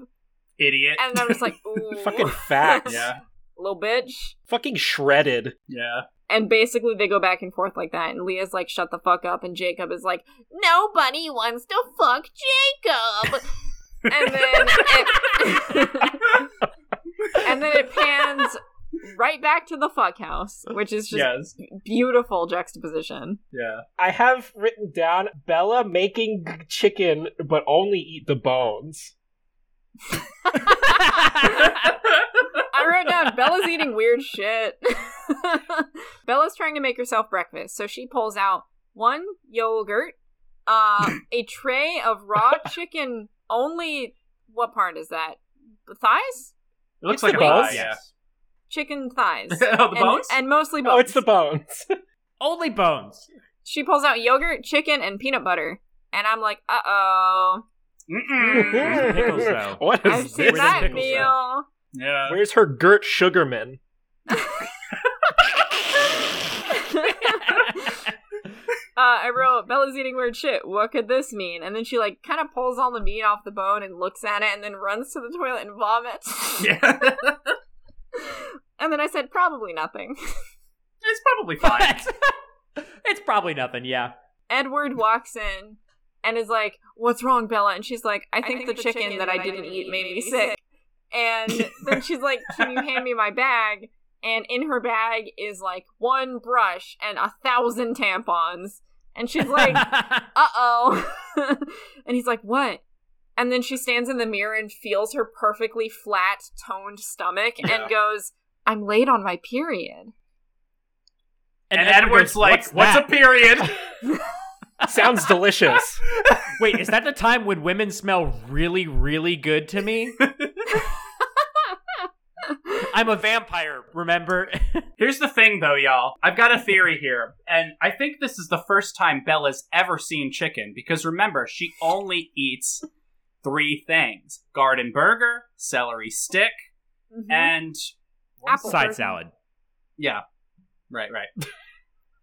[SPEAKER 2] Idiot.
[SPEAKER 3] And I'm just like, ooh.
[SPEAKER 4] Fucking facts.
[SPEAKER 2] yeah.
[SPEAKER 3] Little bitch.
[SPEAKER 4] Fucking shredded.
[SPEAKER 2] Yeah.
[SPEAKER 3] And basically, they go back and forth like that. And Leah's like, shut the fuck up. And Jacob is like, nobody wants to fuck Jacob. and then it, and then it pans right back to the fuck house, which is just
[SPEAKER 4] Yes.
[SPEAKER 3] beautiful juxtaposition.
[SPEAKER 2] Yeah.
[SPEAKER 4] I have written down Bella making g- chicken, but only eat the bones.
[SPEAKER 3] I wrote down Bella's eating weird shit. Bella's trying to make herself breakfast, so she pulls out one yogurt, uh, a tray of raw chicken. Only what part is that? The thighs?
[SPEAKER 2] It looks
[SPEAKER 3] It's
[SPEAKER 2] like
[SPEAKER 3] the
[SPEAKER 2] a
[SPEAKER 3] bones?
[SPEAKER 2] pie, yeah.
[SPEAKER 3] Chicken thighs.
[SPEAKER 2] Oh, the
[SPEAKER 3] and,
[SPEAKER 2] bones?
[SPEAKER 3] And mostly bones.
[SPEAKER 4] Oh, it's the bones.
[SPEAKER 5] Only bones.
[SPEAKER 3] She pulls out yogurt, chicken, and peanut butter, and I'm like, uh oh.
[SPEAKER 4] Mm-hmm.
[SPEAKER 5] Where's the pickles, though?
[SPEAKER 4] What is
[SPEAKER 3] I've seen
[SPEAKER 4] this?
[SPEAKER 3] that meal.
[SPEAKER 2] Yeah.
[SPEAKER 4] Where's her Gert Sugarman?
[SPEAKER 3] uh, I wrote Bella's eating weird shit. What could this mean? And then she like kind of pulls all the meat off the bone and looks at it, and then runs to the toilet and vomits.
[SPEAKER 2] Yeah.
[SPEAKER 3] and then I said, probably nothing.
[SPEAKER 2] It's probably fine.
[SPEAKER 5] it's probably nothing, yeah.
[SPEAKER 3] Edward walks in and is like, "What's wrong, Bella?" And she's like, "I think, the, chicken, that, I didn't eat made me sick." And then she's like, "Can you hand me my bag?" And in her bag is like one brush and a thousand tampons. And she's like,
[SPEAKER 5] "Uh
[SPEAKER 3] oh." and he's like, "What?" And then she stands in the mirror and feels her perfectly flat, toned stomach
[SPEAKER 2] Yeah.
[SPEAKER 3] and goes, "I'm late on my period."
[SPEAKER 2] And, Edward's like, what's, a period?
[SPEAKER 4] Sounds delicious.
[SPEAKER 5] Wait, is that the time when women smell really, really good to me? I'm a vampire, remember?
[SPEAKER 2] Here's the thing, though, y'all. I've got a theory here, and I think this is the first time Bella's ever seen chicken because remember, she only eats three things garden burger, celery stick,
[SPEAKER 3] Mm-hmm.
[SPEAKER 2] and
[SPEAKER 3] Apple Side burger.
[SPEAKER 5] salad.
[SPEAKER 2] Yeah. Right, right.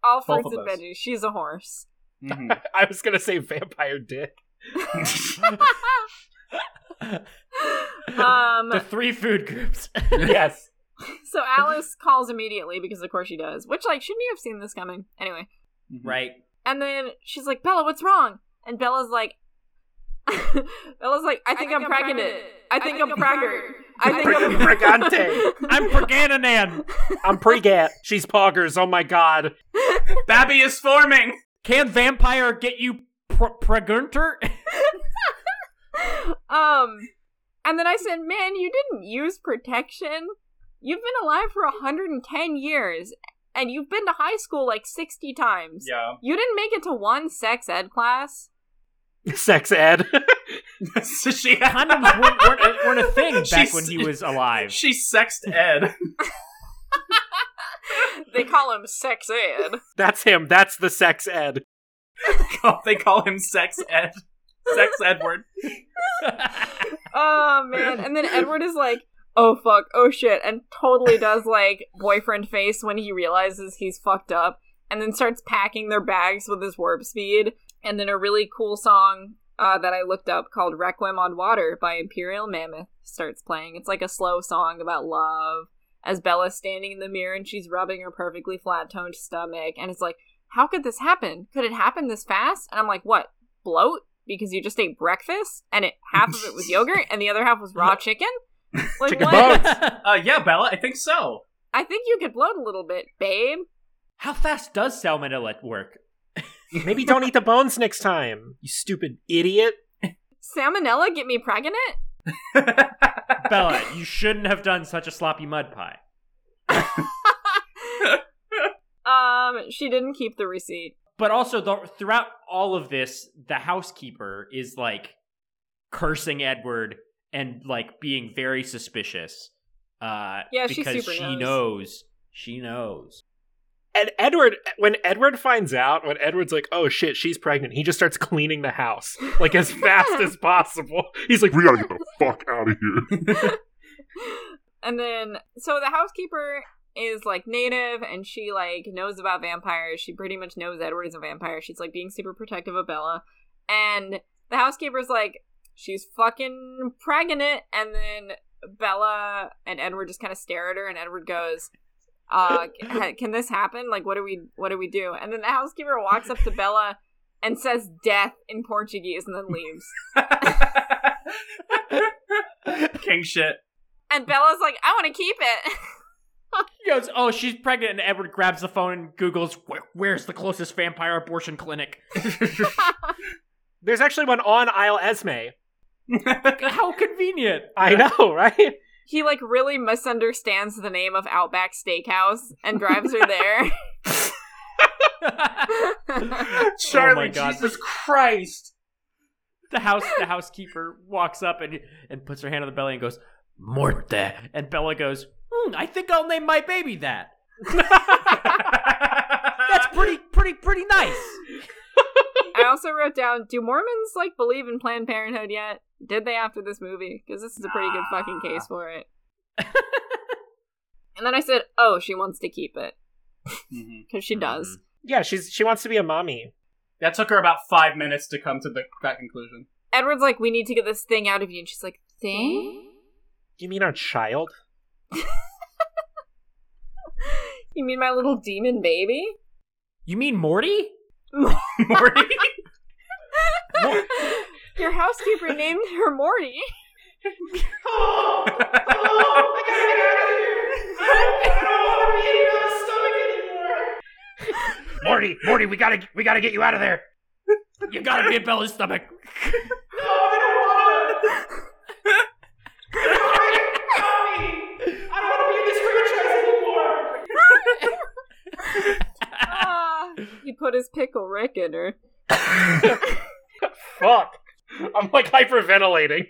[SPEAKER 3] All
[SPEAKER 2] Both
[SPEAKER 3] fruits
[SPEAKER 2] of
[SPEAKER 3] and
[SPEAKER 2] those.
[SPEAKER 3] veggies. She's a horse.
[SPEAKER 4] I was gonna say vampire dick.
[SPEAKER 3] Um,
[SPEAKER 5] the three food groups.
[SPEAKER 2] Mm-hmm.
[SPEAKER 4] yes.
[SPEAKER 3] so Alice calls immediately because, of course, she does. Which, like, shouldn't you have seen this coming? Anyway,
[SPEAKER 2] Mm-hmm.
[SPEAKER 5] Right.
[SPEAKER 3] and then she's like, "Bella, what's wrong?" And Bella's like, "Bella's like, I think, I am pregnant. I think, I'm, pregnant. I think I'm
[SPEAKER 4] Brigante.
[SPEAKER 5] I'm Pergananan.
[SPEAKER 4] I'm pregat. She's poggers. Oh my god.
[SPEAKER 2] Babby is forming.
[SPEAKER 5] Can vampire get you pr- pregunter?
[SPEAKER 3] um." And then I said, "Man, you didn't use protection. You've been alive for 110 years, and you've been to high school like 60 times.
[SPEAKER 2] Yeah.
[SPEAKER 3] You didn't make it to one sex ed class."
[SPEAKER 4] Sex ed.
[SPEAKER 2] so she,
[SPEAKER 5] Condoms weren't, weren't, a- weren't a thing back
[SPEAKER 2] She's-
[SPEAKER 5] when he was alive.
[SPEAKER 2] she sexed Ed.
[SPEAKER 3] They call him sex ed.
[SPEAKER 4] That's him. That's the sex ed.
[SPEAKER 2] they call him Sex Ed. Sex Edward.
[SPEAKER 3] Oh man. And then Edward is like, oh fuck, oh shit, and totally does like boyfriend face when he realizes he's fucked up and then starts packing their bags with his warp speed. And then a really cool song uh, that I looked up called Requiem on Water by Imperial Mammoth starts playing. It's like a slow song about love as Bella's standing in the mirror and she's rubbing her perfectly flat toned stomach. And it's like, how could this happen? Could it happen this fast? And I'm like, what? Bloat? Because you just ate breakfast and it half of it was yogurt and the other half was raw chicken? Like,
[SPEAKER 4] Chicken
[SPEAKER 3] what?
[SPEAKER 4] bones.
[SPEAKER 2] Uh, yeah, Bella, I think so.
[SPEAKER 3] I think you could bloat a little bit, babe.
[SPEAKER 5] How fast does salmonella work?
[SPEAKER 4] Maybe don't eat the bones next time. You stupid idiot.
[SPEAKER 3] Salmonella get me pregnant?
[SPEAKER 5] Bella, you shouldn't have done such a sloppy mud pie.
[SPEAKER 3] Um, she didn't keep the receipt.
[SPEAKER 5] But also, the, throughout all of this, the housekeeper is like cursing Edward and like being very suspicious. Uh,
[SPEAKER 3] Yeah, she
[SPEAKER 5] because
[SPEAKER 3] super
[SPEAKER 5] she
[SPEAKER 3] knows.
[SPEAKER 5] knows. She knows.
[SPEAKER 4] And Edward, when Edward finds out, when Edward's like, "Oh shit, she's pregnant," he just starts cleaning the house like as fast as possible. He's like,
[SPEAKER 12] We gotta get the fuck out of here.
[SPEAKER 3] And then, so the housekeeper is like native and she like knows about vampires. She pretty much knows Edward is a vampire. She's like being super protective of Bella. and the housekeeper's like, she's fucking pregnant, and then Bella and Edward just kind of stare at her, and Edward goes, uh, can, can this happen? Like, what do we, what do we do? And then the housekeeper walks up to Bella and says death in Portuguese, and then leaves.
[SPEAKER 2] King shit.
[SPEAKER 3] And Bella's like, I want to keep it.
[SPEAKER 5] He goes, "Oh, she's pregnant," and Edward grabs the phone and Google's, Where, "Where's the closest vampire abortion clinic?"
[SPEAKER 4] There's actually one on Isle Esme.
[SPEAKER 5] How convenient!
[SPEAKER 4] I know, right?
[SPEAKER 3] He like really misunderstands the name of Outback Steakhouse and drives her there.
[SPEAKER 4] Oh
[SPEAKER 2] Charlie, Jesus Christ!
[SPEAKER 5] The house, the housekeeper walks up and and puts her hand on the belly and goes, "Morte," and Bella goes, "Hmm, "I think I'll name my baby that." That's pretty, pretty, pretty nice.
[SPEAKER 3] I also wrote down: Do Mormons like believe in Planned Parenthood yet? Did they after this movie? Because this is a pretty good fucking case for it. and then I said, "Oh, she wants to keep it because she does."
[SPEAKER 4] Yeah, she's she wants to be a mommy.
[SPEAKER 2] That took her about five minutes to come to the, that conclusion.
[SPEAKER 3] Edward's like, "We need to get this thing out of you," and she's like, "Thing."
[SPEAKER 4] You mean our child?
[SPEAKER 3] You mean my little demon baby?
[SPEAKER 5] You mean Morty?
[SPEAKER 2] Morty?
[SPEAKER 3] Your housekeeper named her Morty.
[SPEAKER 5] Morty, Morty, we gotta, we gotta get you out of there. You gotta be in Bella's stomach.
[SPEAKER 3] Ah, he put his pickle Rick in her.
[SPEAKER 4] Fuck. I'm like hyperventilating.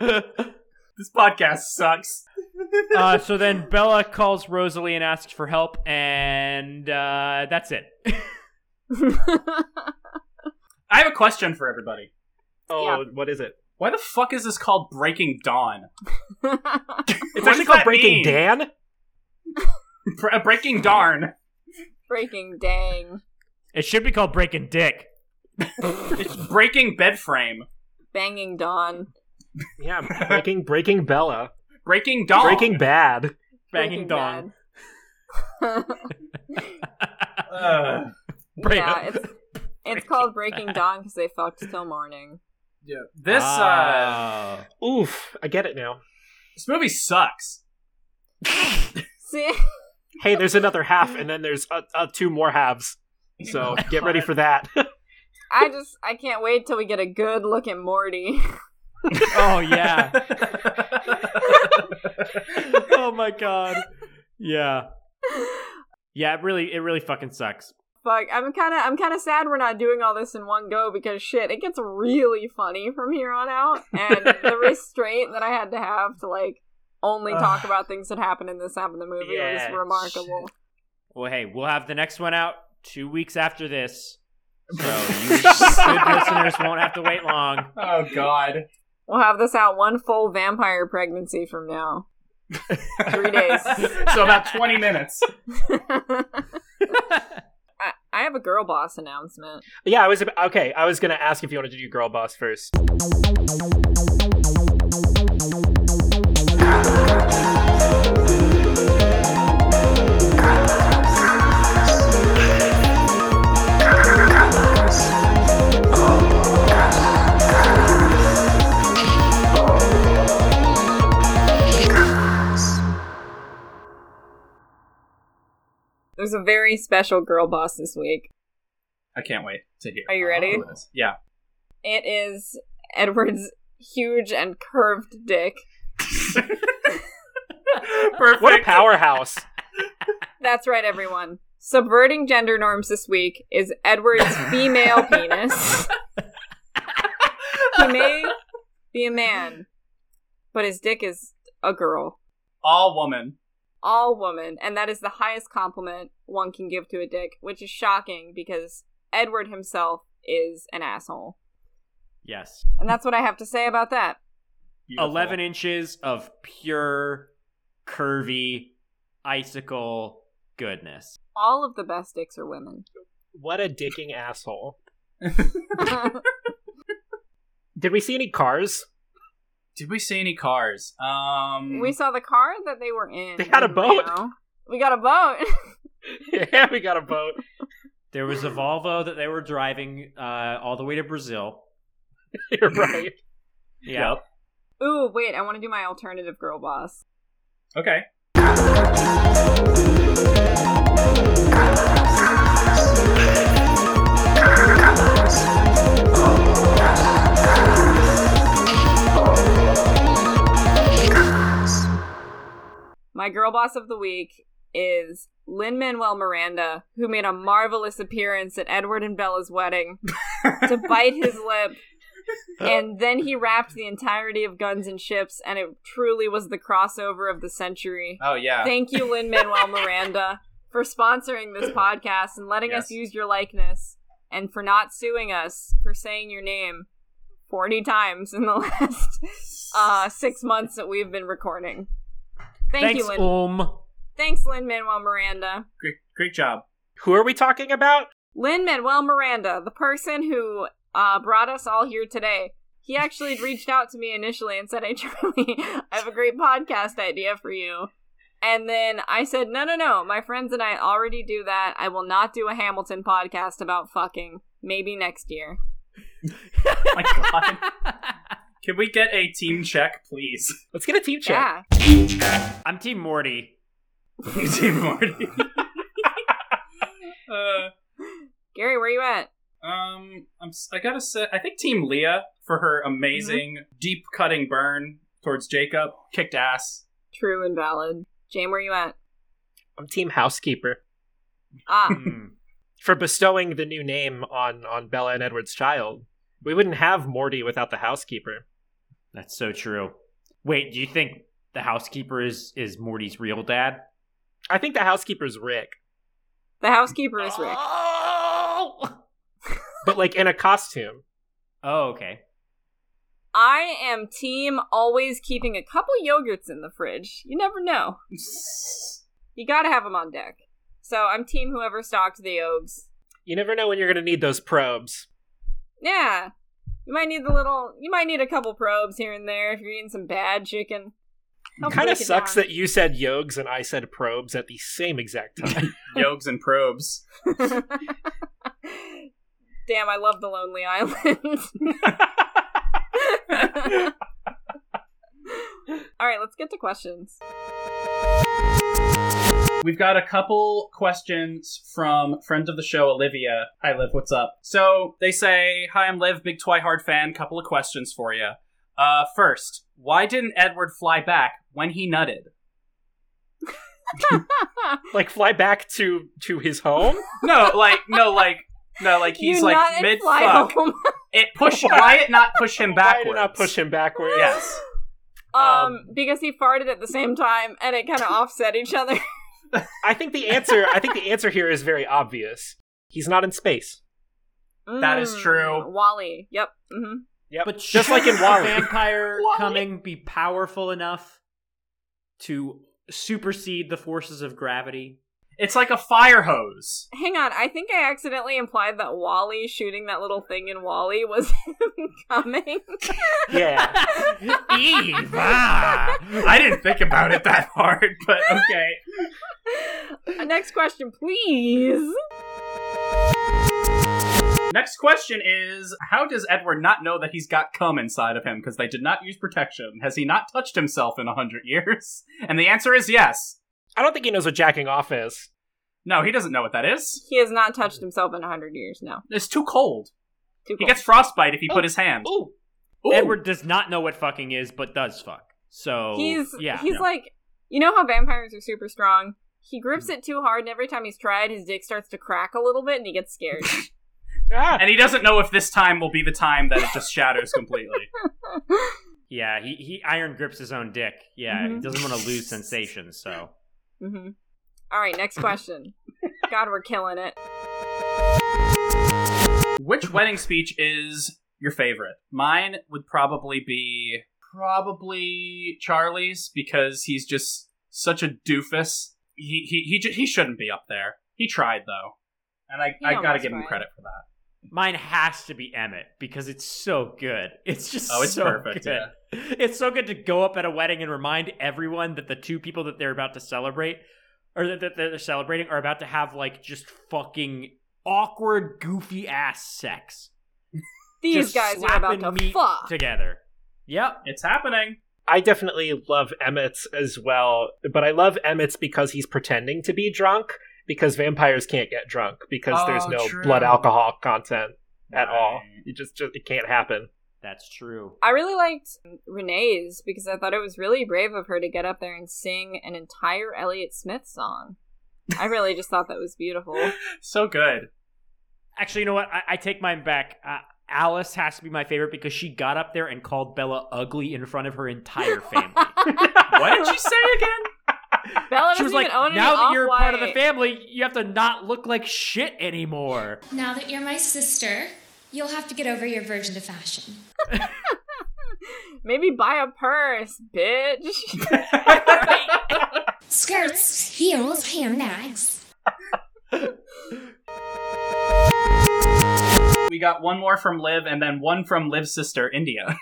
[SPEAKER 2] this podcast sucks.
[SPEAKER 5] Uh, so then Bella calls Rosalie and asks for help, and uh, that's it.
[SPEAKER 2] I have a question for everybody.
[SPEAKER 4] Oh, what is it?
[SPEAKER 2] Why the fuck is this called Breaking Dawn?
[SPEAKER 4] It's
[SPEAKER 2] What
[SPEAKER 4] actually
[SPEAKER 2] does
[SPEAKER 4] called
[SPEAKER 2] that
[SPEAKER 4] Breaking
[SPEAKER 2] mean?
[SPEAKER 4] Dan.
[SPEAKER 2] Bre- breaking Darn.
[SPEAKER 3] Breaking dang.
[SPEAKER 5] It should be called Breaking Dick.
[SPEAKER 2] It's Breaking Bed Frame.
[SPEAKER 3] Banging Dawn.
[SPEAKER 4] Yeah, Breaking Breaking Bella.
[SPEAKER 2] Breaking Dawn.
[SPEAKER 4] Breaking Bad.
[SPEAKER 5] Banging Dawn.
[SPEAKER 2] Ugh.
[SPEAKER 5] Break-
[SPEAKER 3] yeah, it's it's called Breaking Dawn because they fucked till morning.
[SPEAKER 2] yeah. This, uh,
[SPEAKER 5] Ah.
[SPEAKER 4] Oof, I get it now.
[SPEAKER 2] this movie sucks.
[SPEAKER 3] See,
[SPEAKER 4] Hey, there's another half, and then there's uh, uh, two more halves. So get ready for that.
[SPEAKER 3] I just I can't wait till we get a good look at Morty.
[SPEAKER 5] oh yeah. oh my god. Yeah. Yeah, it really, it really fucking sucks.
[SPEAKER 3] Fuck, I'm kind of I'm kind of sad we're not doing all this in one go because shit, it gets really funny from here on out, and the restraint that I had to have to like only talk about things that happen in this half of the movie was
[SPEAKER 4] Yeah,
[SPEAKER 3] remarkable.
[SPEAKER 5] Well, hey, we'll have the next one out two weeks after this, so you good listeners won't have to wait long.
[SPEAKER 2] Oh, God.
[SPEAKER 3] We'll have this out one full vampire pregnancy from now. Three days.
[SPEAKER 2] so about 20 minutes.
[SPEAKER 3] I, I have a girl boss announcement.
[SPEAKER 4] yeah, I was ab- okay. I was gonna ask if you wanted to do Girl Boss first.
[SPEAKER 3] There's a very special girl boss this week.
[SPEAKER 2] I can't wait to hear.
[SPEAKER 3] Are you ready?
[SPEAKER 2] who it is. Yeah.
[SPEAKER 3] It is Edward's huge and curved dick.
[SPEAKER 2] Perfect.
[SPEAKER 4] What a powerhouse!
[SPEAKER 3] That's right, everyone. Subverting gender norms this week is Edward's female penis. he may be a man, but his dick is a girl.
[SPEAKER 2] All woman.
[SPEAKER 3] all woman, and that is the highest compliment one can give to a dick, which is shocking because Edward himself is an asshole.
[SPEAKER 5] Yes,
[SPEAKER 3] And that's what I have to say about that.
[SPEAKER 2] Beautiful.
[SPEAKER 5] eleven inches of pure curvy icicle goodness.
[SPEAKER 3] All of the best dicks are women.
[SPEAKER 4] What a dicking asshole. Did we see any cars?
[SPEAKER 2] Did we see any cars? Um,
[SPEAKER 3] We saw the car that they were in.
[SPEAKER 4] They had a
[SPEAKER 3] you
[SPEAKER 4] boat.
[SPEAKER 3] know. We got a boat.
[SPEAKER 4] yeah, we got a boat.
[SPEAKER 5] There was a Volvo that they were driving uh, all the way to Brazil.
[SPEAKER 4] You're right.
[SPEAKER 5] Yeah.
[SPEAKER 3] Ooh, wait, I want to do my alternative girl boss.
[SPEAKER 2] Okay.
[SPEAKER 3] My girl boss of the week is Lynn Manuel Miranda, who made a marvelous appearance at Edward and Bella's wedding to bite his lip. And then he rapped the entirety of Guns and Ships, and it truly was the crossover of the century.
[SPEAKER 2] Oh yeah.
[SPEAKER 3] Thank you, Lynn Manuel Miranda, for sponsoring this podcast and letting us use your likeness, and for not suing us for saying your name 40 times in the last uh, six months that we've been recording. Thank
[SPEAKER 5] Thanks,
[SPEAKER 3] you, Lynn.
[SPEAKER 5] Um.
[SPEAKER 3] Thanks, Lynn Manuel Miranda.
[SPEAKER 2] Great, great job.
[SPEAKER 4] Who are we talking about?
[SPEAKER 3] Lynn Manuel Miranda, the person who uh, brought us all here today, he actually reached out to me initially and said, "Hey Charlie, I have a great podcast idea for you." And then I said, "No, no, no. My friends and I already do that. I will not do a Hamilton podcast about fucking. Maybe next year."
[SPEAKER 2] Can we get a team check, please?
[SPEAKER 4] Let's get a team
[SPEAKER 3] Yeah.
[SPEAKER 5] I'm Team Morty.
[SPEAKER 2] team Morty.
[SPEAKER 3] Gary, where you at?
[SPEAKER 2] Uh, Um, I'm, s- I gotta say, I think Team Leah for her amazing deep cutting burn towards Jacob kicked ass.
[SPEAKER 3] True and valid. Jane, where you at?
[SPEAKER 4] I'm team housekeeper
[SPEAKER 3] Ah,
[SPEAKER 5] Hmm.
[SPEAKER 4] for bestowing the new name on on Bella and Edward's child. We wouldn't have Morty without the housekeeper.
[SPEAKER 5] That's so true. Wait, do you think the housekeeper is is Morty's real dad?
[SPEAKER 4] I think the housekeeper's Rick,
[SPEAKER 3] the housekeeper is Rick.
[SPEAKER 4] but like in a costume.
[SPEAKER 5] Oh, okay.
[SPEAKER 3] I am team always keeping a couple yogurts in the fridge. You never know. You gotta have them on deck. So I'm team whoever stocked the yolks.
[SPEAKER 4] You never know when you're going to need those probes.
[SPEAKER 3] Yeah. You might need the little, you might need a couple probes here and there if you're eating some bad chicken. Help
[SPEAKER 4] Kind of
[SPEAKER 3] break it
[SPEAKER 4] sucks
[SPEAKER 3] down.
[SPEAKER 4] that you said yogs and I said probes at the same exact time.
[SPEAKER 2] Yogs and probes.
[SPEAKER 3] Damn, I love the Lonely Island. All right, let's get to questions.
[SPEAKER 2] We've got a couple questions from friend of the show, Olivia. Hi, Liv, what's up? So they say, Hi, I'm Liv, big Twihard fan. Couple of questions for you. Uh, first, why didn't Edward fly back when he nutted?
[SPEAKER 4] like fly back to to his home?
[SPEAKER 2] No, like, no, like, no, like, he's
[SPEAKER 3] You nut
[SPEAKER 2] like
[SPEAKER 3] and
[SPEAKER 2] mid
[SPEAKER 3] fly
[SPEAKER 2] fuck.
[SPEAKER 3] home.
[SPEAKER 2] It pushed, why it not push him
[SPEAKER 4] Why
[SPEAKER 2] backwards?
[SPEAKER 4] did not push him backwards?
[SPEAKER 2] Yes.
[SPEAKER 3] Um, because he farted at the same time and it kind of offset each other.
[SPEAKER 4] I think the answer I think the answer here is very obvious. He's not in space.
[SPEAKER 2] That is
[SPEAKER 3] Mm,
[SPEAKER 2] true.
[SPEAKER 3] Wally. Yep. hmm
[SPEAKER 4] Yep.
[SPEAKER 5] But
[SPEAKER 4] just like in
[SPEAKER 5] should
[SPEAKER 4] Wally.
[SPEAKER 5] a vampire coming be powerful enough to supersede the forces of gravity?
[SPEAKER 2] It's like a fire hose.
[SPEAKER 3] Hang on, I think I accidentally implied that Wally shooting that little thing in Wally was him coming.
[SPEAKER 4] Yeah.
[SPEAKER 5] Eve, ah!
[SPEAKER 2] I didn't think about it that hard, but okay.
[SPEAKER 3] Next question, please.
[SPEAKER 2] Next question is How does Edward not know that he's got cum inside of him because they did not use protection? Has he not touched himself in a 100 years? And the answer is yes.
[SPEAKER 4] I don't think he knows what jacking off is.
[SPEAKER 2] No, he doesn't know what that is.
[SPEAKER 3] He has not touched himself in a hundred years. No,
[SPEAKER 2] It's too cold.
[SPEAKER 3] too
[SPEAKER 2] He
[SPEAKER 3] cool.
[SPEAKER 2] gets frostbite if he
[SPEAKER 3] Oh.
[SPEAKER 2] put his hand.
[SPEAKER 4] Ooh.
[SPEAKER 2] Ooh.
[SPEAKER 5] Edward does not know what fucking is, but does fuck. So
[SPEAKER 3] he's
[SPEAKER 5] yeah,
[SPEAKER 3] he's like, you know how vampires are super strong. He grips it too hard, and every time he's tried, his dick starts to crack a little bit, and he gets scared.
[SPEAKER 4] Ah,
[SPEAKER 2] And he doesn't know if this time will be the time that it just shatters completely.
[SPEAKER 5] yeah. He he iron grips his own dick. Yeah, he
[SPEAKER 3] Mhm.
[SPEAKER 5] doesn't want to lose sensation. So
[SPEAKER 3] mm-hmm. All right, next question. God, we're killing it.
[SPEAKER 2] Which wedding speech is your favorite? Mine would probably be probably Charlie's because he's just such a doofus. He he he, ju- he shouldn't be up there. He tried though, and I
[SPEAKER 3] He
[SPEAKER 2] I gotta
[SPEAKER 3] almost
[SPEAKER 2] give him
[SPEAKER 3] tried.
[SPEAKER 2] credit for that.
[SPEAKER 5] Mine has to be Emmett because it's so good. It's just
[SPEAKER 2] Oh, it's
[SPEAKER 5] so
[SPEAKER 2] perfect,
[SPEAKER 5] good. It's so good to go up at a wedding and remind everyone that the two people that they're about to celebrate or that that they're celebrating are about to have like just fucking awkward, goofy ass sex.
[SPEAKER 3] These
[SPEAKER 5] Just
[SPEAKER 3] guys are about
[SPEAKER 5] slapping
[SPEAKER 3] to
[SPEAKER 5] meat
[SPEAKER 3] fuck.
[SPEAKER 5] together. Yep.
[SPEAKER 2] It's happening.
[SPEAKER 4] I definitely love Emmett's as well, but I love Emmett's because he's pretending to be drunk because vampires can't get drunk because there's
[SPEAKER 2] Oh,
[SPEAKER 4] no
[SPEAKER 2] true.
[SPEAKER 4] blood alcohol content at all. It just, just it can't happen.
[SPEAKER 5] That's true.
[SPEAKER 3] I really liked Renee's because I thought it was really brave of her to get up there and sing an entire Elliott Smith song. I really just thought that was beautiful.
[SPEAKER 2] So good.
[SPEAKER 5] Actually, you know what? I, I take mine back. Uh, Alice has to be my favorite because she got up there and called Bella ugly in front of her entire family.
[SPEAKER 2] what did she say again?
[SPEAKER 3] Bella
[SPEAKER 5] She
[SPEAKER 3] doesn't
[SPEAKER 5] was like,
[SPEAKER 3] even own
[SPEAKER 5] now
[SPEAKER 3] any
[SPEAKER 5] that you're part of the
[SPEAKER 3] Off-White."
[SPEAKER 5] family, you have to not look like shit anymore.
[SPEAKER 8] Now that you're my sister, you'll have to get over your version to fashion.
[SPEAKER 3] Maybe buy a purse, bitch.
[SPEAKER 8] Skirts, heels, handbags.
[SPEAKER 2] We got one more from Liv and then one from Liv's sister, India.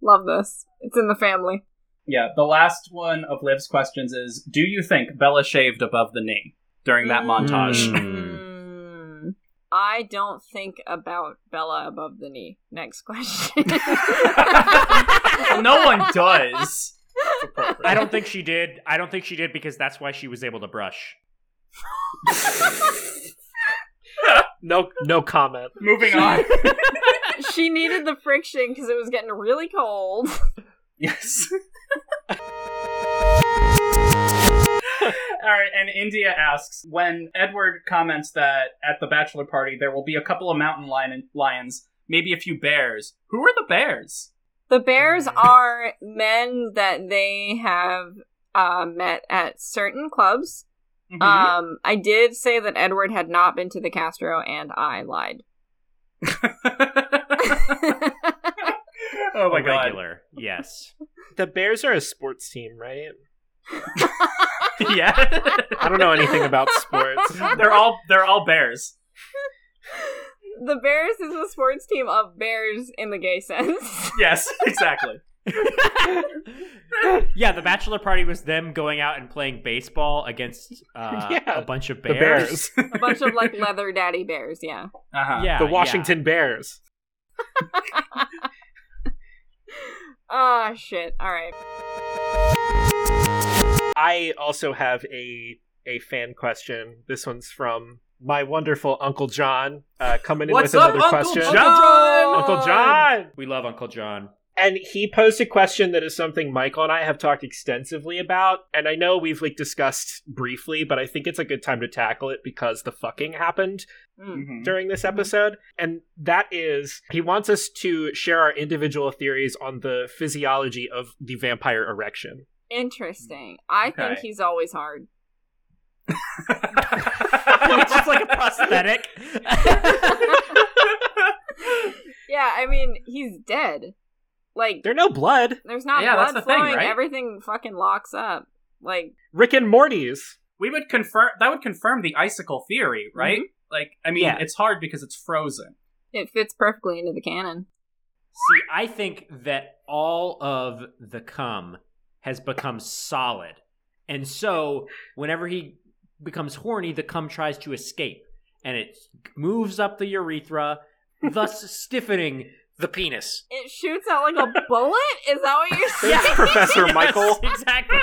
[SPEAKER 3] Love this. It's in the family.
[SPEAKER 2] yeah, the last one of Liv's questions is Do you think Bella shaved above the knee during that montage?
[SPEAKER 5] Hmm.
[SPEAKER 3] Hmm. I don't think about Bella above the knee. Next question. Hmm.
[SPEAKER 2] no one does.
[SPEAKER 5] I don't think she did. I don't think she did because that's why she was able to brush.
[SPEAKER 4] No no comment.
[SPEAKER 2] Moving on.
[SPEAKER 3] she needed the friction because it was getting really cold.
[SPEAKER 2] Yes. All right, and India asks when Edward comments that at the bachelor party there will be a couple of mountain lion- lions, maybe a few bears. Who are the bears?
[SPEAKER 3] The bears are men that they have uh, met at certain clubs.
[SPEAKER 2] Mhm.
[SPEAKER 3] Um, I did say that Edward had not been to the Castro, and I lied.
[SPEAKER 2] Oh my
[SPEAKER 5] A
[SPEAKER 2] God.
[SPEAKER 5] regular. Yes.
[SPEAKER 4] The Bears are a sports team, right?
[SPEAKER 2] yeah,
[SPEAKER 4] I don't know anything about sports.
[SPEAKER 2] they're all they're all bears.
[SPEAKER 3] The Bears is a sports team of bears in the gay sense.
[SPEAKER 2] Yes, exactly.
[SPEAKER 5] Yeah, the bachelor party was them going out and playing baseball against uh,
[SPEAKER 4] Yeah,
[SPEAKER 5] a bunch of
[SPEAKER 4] the
[SPEAKER 5] bears.
[SPEAKER 4] Bears.
[SPEAKER 3] a bunch of like leather daddy bears, yeah.
[SPEAKER 2] Uh-huh.
[SPEAKER 5] Yeah,
[SPEAKER 4] the
[SPEAKER 5] yeah.
[SPEAKER 4] Washington Bears.
[SPEAKER 3] Ah, shit. All right.
[SPEAKER 4] I also have a a fan question. This one's from my wonderful Uncle John uh, coming in
[SPEAKER 2] What's
[SPEAKER 4] with
[SPEAKER 2] up,
[SPEAKER 4] another
[SPEAKER 2] Uncle
[SPEAKER 4] question.
[SPEAKER 2] John?
[SPEAKER 4] Uncle John.
[SPEAKER 5] We love Uncle John.
[SPEAKER 4] And he posed a question that is something Michael and I have talked extensively about, and I know we've like discussed briefly, but I think it's a good time to tackle it because the fucking happened
[SPEAKER 3] Hmm.
[SPEAKER 2] Mm-hmm.
[SPEAKER 4] during this episode. And that is, he wants us to share our individual theories on the physiology of the vampire erection.
[SPEAKER 3] Interesting. I think
[SPEAKER 4] Okay.
[SPEAKER 3] he's always hard.
[SPEAKER 5] it's just like a prosthetic.
[SPEAKER 3] Yeah, I mean, he's dead. Like,
[SPEAKER 4] There no blood.
[SPEAKER 3] there's not
[SPEAKER 2] Yeah, that's
[SPEAKER 3] blood
[SPEAKER 2] the thing,
[SPEAKER 3] flowing.
[SPEAKER 2] right?
[SPEAKER 3] Everything fucking locks up. Like,
[SPEAKER 4] Rick and Morty's.
[SPEAKER 2] We would confirm that would confirm the icicle theory, right? Like, I mean,
[SPEAKER 4] Yeah.
[SPEAKER 2] it's hard because it's frozen.
[SPEAKER 3] it fits perfectly into the canon.
[SPEAKER 5] See, I think that all of the cum has become solid. And so whenever he becomes horny, the cum tries to escape and it moves up the urethra, thus stiffening the penis.
[SPEAKER 3] It shoots out like a bullet? Is that what you're saying?
[SPEAKER 4] Professor Michael.
[SPEAKER 5] Exactly.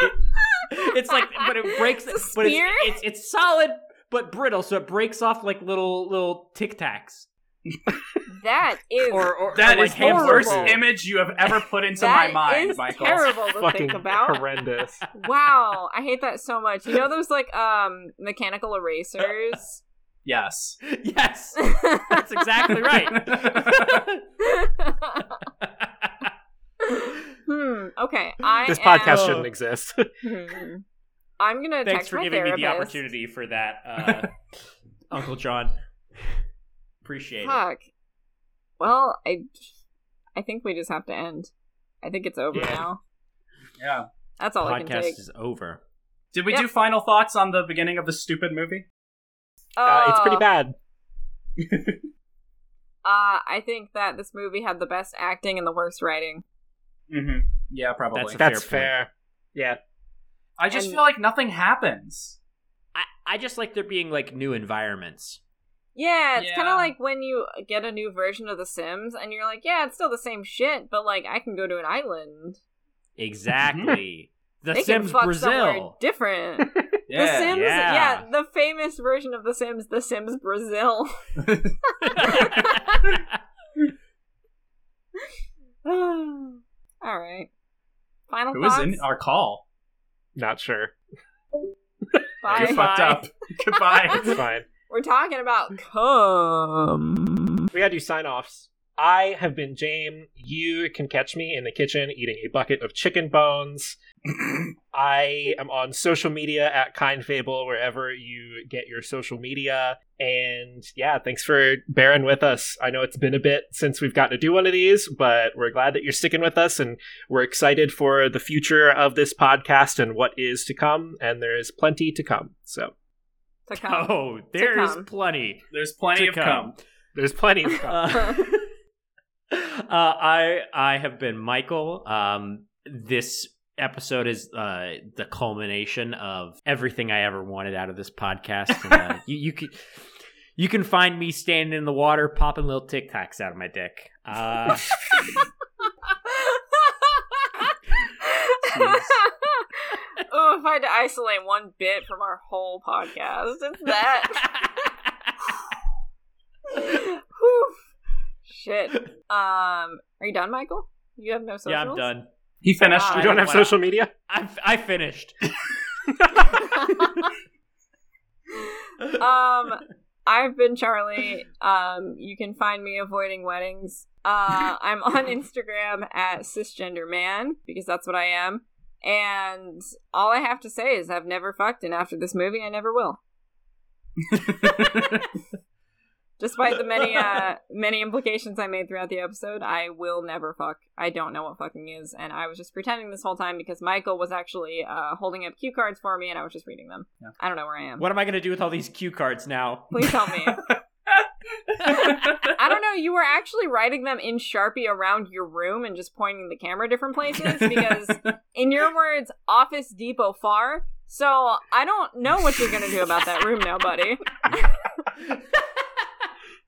[SPEAKER 5] It's like but it breaks
[SPEAKER 3] It's a
[SPEAKER 5] but it's,
[SPEAKER 3] spear?
[SPEAKER 5] it's it's solid but brittle, so it breaks off like little little tic tacs.
[SPEAKER 3] That is
[SPEAKER 5] Or or
[SPEAKER 2] That
[SPEAKER 5] or
[SPEAKER 2] is
[SPEAKER 5] like
[SPEAKER 2] the worst
[SPEAKER 5] hamsters.
[SPEAKER 2] image you have ever put into
[SPEAKER 3] That
[SPEAKER 2] my mind,
[SPEAKER 3] is
[SPEAKER 2] Michael.
[SPEAKER 3] terrible to
[SPEAKER 4] Fucking
[SPEAKER 3] think about.
[SPEAKER 4] horrendous.
[SPEAKER 3] Wow, I hate that so much. You know those like um mechanical erasers?
[SPEAKER 2] Yes.
[SPEAKER 5] Yes. That's exactly right.
[SPEAKER 3] hmm. Okay. I
[SPEAKER 4] this
[SPEAKER 3] am-
[SPEAKER 4] podcast shouldn't exist.
[SPEAKER 3] Hmm. I'm gonna
[SPEAKER 5] Thanks
[SPEAKER 3] text
[SPEAKER 5] for
[SPEAKER 3] my
[SPEAKER 5] giving me the
[SPEAKER 3] therapist.
[SPEAKER 5] opportunity for that, uh, Uncle John. Appreciate it.
[SPEAKER 3] Fuck. Well, I I think we just have to end. I think it's over
[SPEAKER 4] Yeah.
[SPEAKER 3] now.
[SPEAKER 2] Yeah.
[SPEAKER 3] That's all I can
[SPEAKER 5] Podcast
[SPEAKER 3] take.
[SPEAKER 5] is over.
[SPEAKER 2] Did we
[SPEAKER 3] Yep.
[SPEAKER 2] do final thoughts on the
[SPEAKER 5] uh,
[SPEAKER 2] beginning of the stupid movie?
[SPEAKER 4] Uh, it's pretty
[SPEAKER 3] Oh,
[SPEAKER 4] bad.
[SPEAKER 3] Uh, I think that this movie had the best acting and the worst writing.
[SPEAKER 2] Mm-hmm. Yeah, probably.
[SPEAKER 4] That's, That's fair. fair. Yeah.
[SPEAKER 2] I just feel like nothing happens.
[SPEAKER 5] I, I just like there being like new environments.
[SPEAKER 3] Yeah, it's kind of like when you get a new version of The Sims and you're like, yeah, it's still the same shit, but like I can go to an island.
[SPEAKER 5] Exactly. the
[SPEAKER 3] They can
[SPEAKER 5] Sims
[SPEAKER 3] fuck somewhere
[SPEAKER 5] Brazil.
[SPEAKER 3] different. the Sims, yeah. the famous version of The Sims, The Sims Brazil. All right. Final
[SPEAKER 2] Who
[SPEAKER 3] thoughts.
[SPEAKER 2] was in our call?
[SPEAKER 4] Not sure.
[SPEAKER 3] Bye.
[SPEAKER 2] You're fucked up. Goodbye.
[SPEAKER 4] It's fine.
[SPEAKER 3] We're talking about cum.
[SPEAKER 4] We gotta do sign offs. I have been Jame. You can catch me in the kitchen eating a bucket of chicken bones. I am on social media at Kind Fable, wherever you get your social media. And yeah, thanks for bearing with us. I know it's been a bit since we've gotten to do one of these, but we're glad that you're sticking with us and we're excited for the future of this podcast and what is to come. And there is plenty to come. So
[SPEAKER 3] To cum.
[SPEAKER 5] Oh, there is
[SPEAKER 3] come.
[SPEAKER 5] plenty.
[SPEAKER 2] There's plenty
[SPEAKER 5] to
[SPEAKER 2] of cum.
[SPEAKER 4] there's plenty to come.
[SPEAKER 5] Uh, uh, I I have been Michael. Um, this episode is uh, the culmination of everything I ever wanted out of this podcast. And, uh, you, you can you can find me standing in the water, popping little Tic Tacs out of my dick. Uh,
[SPEAKER 3] oh, if I had to isolate one bit from our whole podcast, it's that. Whew. Shit. Um, are you done, Michael? You have no socials.
[SPEAKER 5] yeah, I'm done.
[SPEAKER 2] He finished.
[SPEAKER 3] Wow.
[SPEAKER 4] You don't have
[SPEAKER 5] Wow.
[SPEAKER 4] social media?
[SPEAKER 5] I I finished.
[SPEAKER 3] um i've been charlie um you can find me avoiding weddings uh i'm on instagram at cisgender man because that's what i am and all i have to say is i've never fucked and after this movie i never will despite the many uh many implications i made throughout the episode i will never fuck i don't know what fucking is and i was just pretending this whole time because michael was actually uh holding up cue cards for me and i was just reading them i don't know where i am
[SPEAKER 5] What am I going to do with all these cue cards now?
[SPEAKER 3] Please help me. I don't know. You were actually writing them in Sharpie around your room and just pointing the camera different places because, in your words, Office Depot far. So I don't know what you're gonna do about that room now, buddy.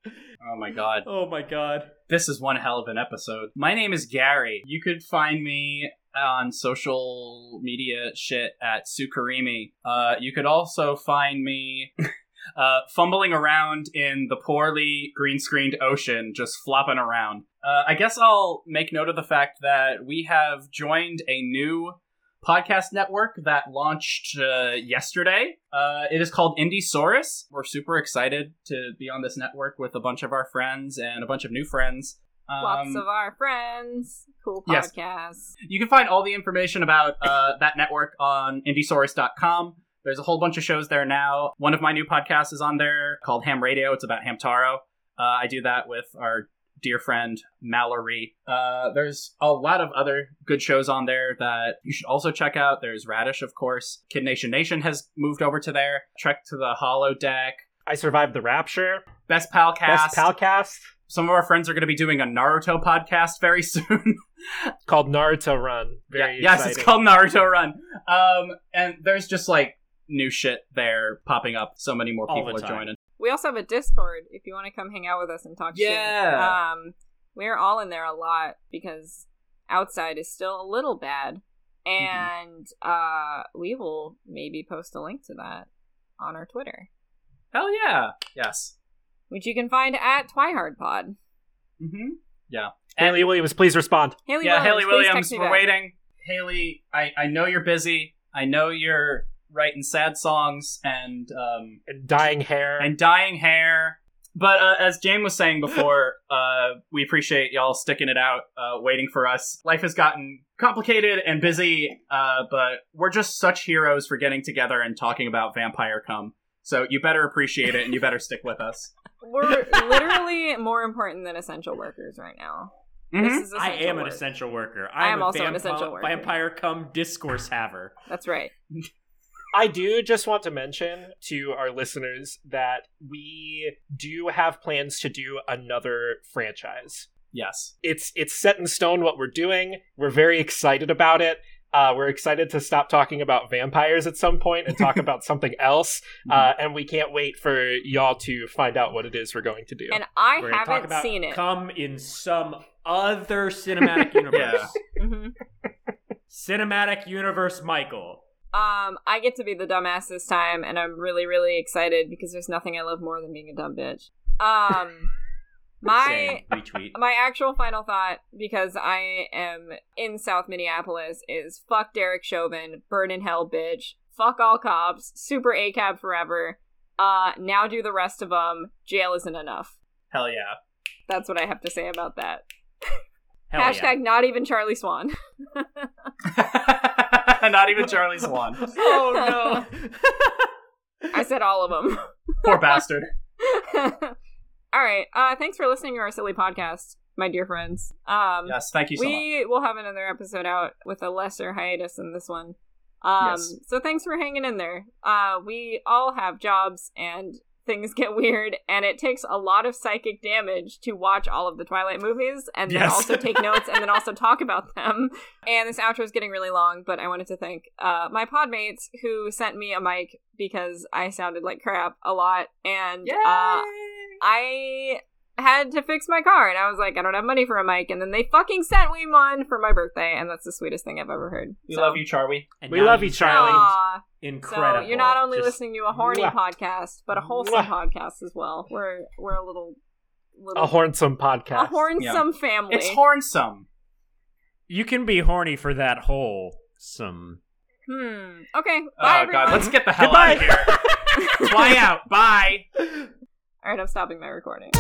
[SPEAKER 2] Oh my god.
[SPEAKER 5] Oh my god.
[SPEAKER 2] This is one hell of an episode. My name is Gary. You could find me on social media shit at Sukarimi. Uh, you could also find me uh, fumbling around in the poorly green screened ocean, just flopping around. Uh, I guess I'll make note of the fact that we have joined a new podcast network that launched uh, yesterday. Uh, it is called Indiesaurus. We're super excited to be on this network with a bunch of our friends and a bunch of new friends. Um,
[SPEAKER 3] Lots of our friends, cool
[SPEAKER 2] yes.
[SPEAKER 3] podcasts.
[SPEAKER 2] you can find all the information about uh, that network on indiesaurus.com. There's a whole bunch of shows there now. One of my new podcasts is on there called Ham Radio. It's about Hamtaro. Uh, I do that with our dear friend Mallory. Uh, there's a lot of other good shows on there that you should also check out. There's Radish, of course. Kid Nation Nation has moved over to there. Trek to the Hollow Deck.
[SPEAKER 4] I survived the rapture.
[SPEAKER 2] Best Pal Cast.
[SPEAKER 4] Best Palcast
[SPEAKER 2] Some of our friends are going to be doing a Naruto podcast very soon.
[SPEAKER 4] called Naruto Run. Very
[SPEAKER 2] Yeah, yes,
[SPEAKER 4] exciting.
[SPEAKER 2] it's called Naruto Run. Um, and there's just like new shit there popping up. So many more
[SPEAKER 5] All
[SPEAKER 2] people
[SPEAKER 5] the
[SPEAKER 2] are
[SPEAKER 5] time.
[SPEAKER 2] joining.
[SPEAKER 3] We also have a Discord if you want to come hang out with us and talk shit.
[SPEAKER 2] Yeah.
[SPEAKER 3] Um, we're all in there a lot because outside is still a little bad,
[SPEAKER 2] Mm-hmm.
[SPEAKER 3] and uh, we will maybe post a link to that on our Twitter,
[SPEAKER 2] Hell yeah! Yes.
[SPEAKER 3] which you can find at TwihardPod.
[SPEAKER 2] Mm-hmm. Yeah.
[SPEAKER 4] Haley Williams, please respond.
[SPEAKER 3] Haley
[SPEAKER 2] yeah,
[SPEAKER 3] Williams,
[SPEAKER 2] Haley
[SPEAKER 3] please
[SPEAKER 2] Williams,
[SPEAKER 3] text me
[SPEAKER 2] we're
[SPEAKER 3] back.
[SPEAKER 2] waiting. Haley, I I know you're busy. I know you're writing sad songs and um
[SPEAKER 4] And dying hair.
[SPEAKER 2] and dying hair. But uh, as Jane was saying before, uh, we appreciate y'all sticking it out, uh, waiting for us. Life has gotten complicated and busy, uh, but we're just such heroes for getting together and talking about vampire cum. So you better appreciate it and you better stick with us.
[SPEAKER 3] We're literally more important than essential workers right now.
[SPEAKER 2] Mhm.
[SPEAKER 3] This is
[SPEAKER 5] Mm-hmm. I am an
[SPEAKER 3] work.
[SPEAKER 5] essential worker.
[SPEAKER 3] I
[SPEAKER 5] I
[SPEAKER 3] am
[SPEAKER 5] am a
[SPEAKER 3] also an
[SPEAKER 5] vampi-
[SPEAKER 3] essential worker.
[SPEAKER 5] Vampire cum discourse haver.
[SPEAKER 3] That's right.
[SPEAKER 4] I do just want to mention to our listeners that we do have plans to do another franchise.
[SPEAKER 2] Yes.
[SPEAKER 4] It's it's set in stone what we're doing. We're very excited about it. Uh, we're excited to stop talking about vampires at some point and talk about something else.
[SPEAKER 2] Mm-hmm.
[SPEAKER 4] Uh, and we can't wait for y'all to find out what it is we're going to do.
[SPEAKER 3] And I
[SPEAKER 5] We're gonna talk
[SPEAKER 3] haven't
[SPEAKER 5] about
[SPEAKER 3] seen it.
[SPEAKER 5] Come in some other cinematic universe.
[SPEAKER 3] Mm-hmm.
[SPEAKER 5] Cinematic universe, Michael.
[SPEAKER 3] Um, I get to be the dumbass this time, and I'm really, really excited because there's nothing I love more than being a dumb bitch. Um, my
[SPEAKER 5] Same. Retweet.
[SPEAKER 3] my actual final thought, because I am in South Minneapolis, is fuck Derek Chauvin, burn in hell, bitch. Fuck all cops, super ACAB forever. Uh, now do the rest of them. Jail isn't enough.
[SPEAKER 2] Hell yeah.
[SPEAKER 3] That's what I have to say about that.
[SPEAKER 2] Hell yeah.
[SPEAKER 3] Hashtag not even Charlie Swan.
[SPEAKER 2] Not even Charlie Swan.
[SPEAKER 3] Oh no. I said all of them.
[SPEAKER 2] Poor bastard.
[SPEAKER 3] All right. Uh, thanks for listening to our silly podcast, my dear friends. Um,
[SPEAKER 2] Yes, thank you so
[SPEAKER 3] we will have another episode out with a lesser hiatus than this one. Um,
[SPEAKER 2] Yes.
[SPEAKER 3] So thanks for hanging in there. Uh, we all have jobs and things get weird, and it takes a lot of psychic damage to watch all of the Twilight movies and then
[SPEAKER 14] Yes.
[SPEAKER 3] also take notes and then also talk about them. And this outro is getting really long, but I wanted to thank uh, my podmates who sent me a mic because I sounded like crap a lot. And uh, I had to fix my car and I was like, I don't have money for a mic. And then they fucking sent me one for my birthday. And that's the sweetest thing I've ever heard.
[SPEAKER 2] We love you, Charlie.
[SPEAKER 5] And
[SPEAKER 4] We love you, Charlie.
[SPEAKER 3] Aw. So you're not only listening to a horny podcast, but a wholesome podcast as well. We're we're a little, little
[SPEAKER 4] A hornsome podcast.
[SPEAKER 3] a hornsome family.
[SPEAKER 2] It's hornsome.
[SPEAKER 5] You can be horny for that whole some.
[SPEAKER 3] Hmm. Okay.
[SPEAKER 2] Oh god,
[SPEAKER 3] Bye, everyone.
[SPEAKER 2] let's get the hell out of here. Fly out. Bye.
[SPEAKER 3] All right, I'm stopping my recording.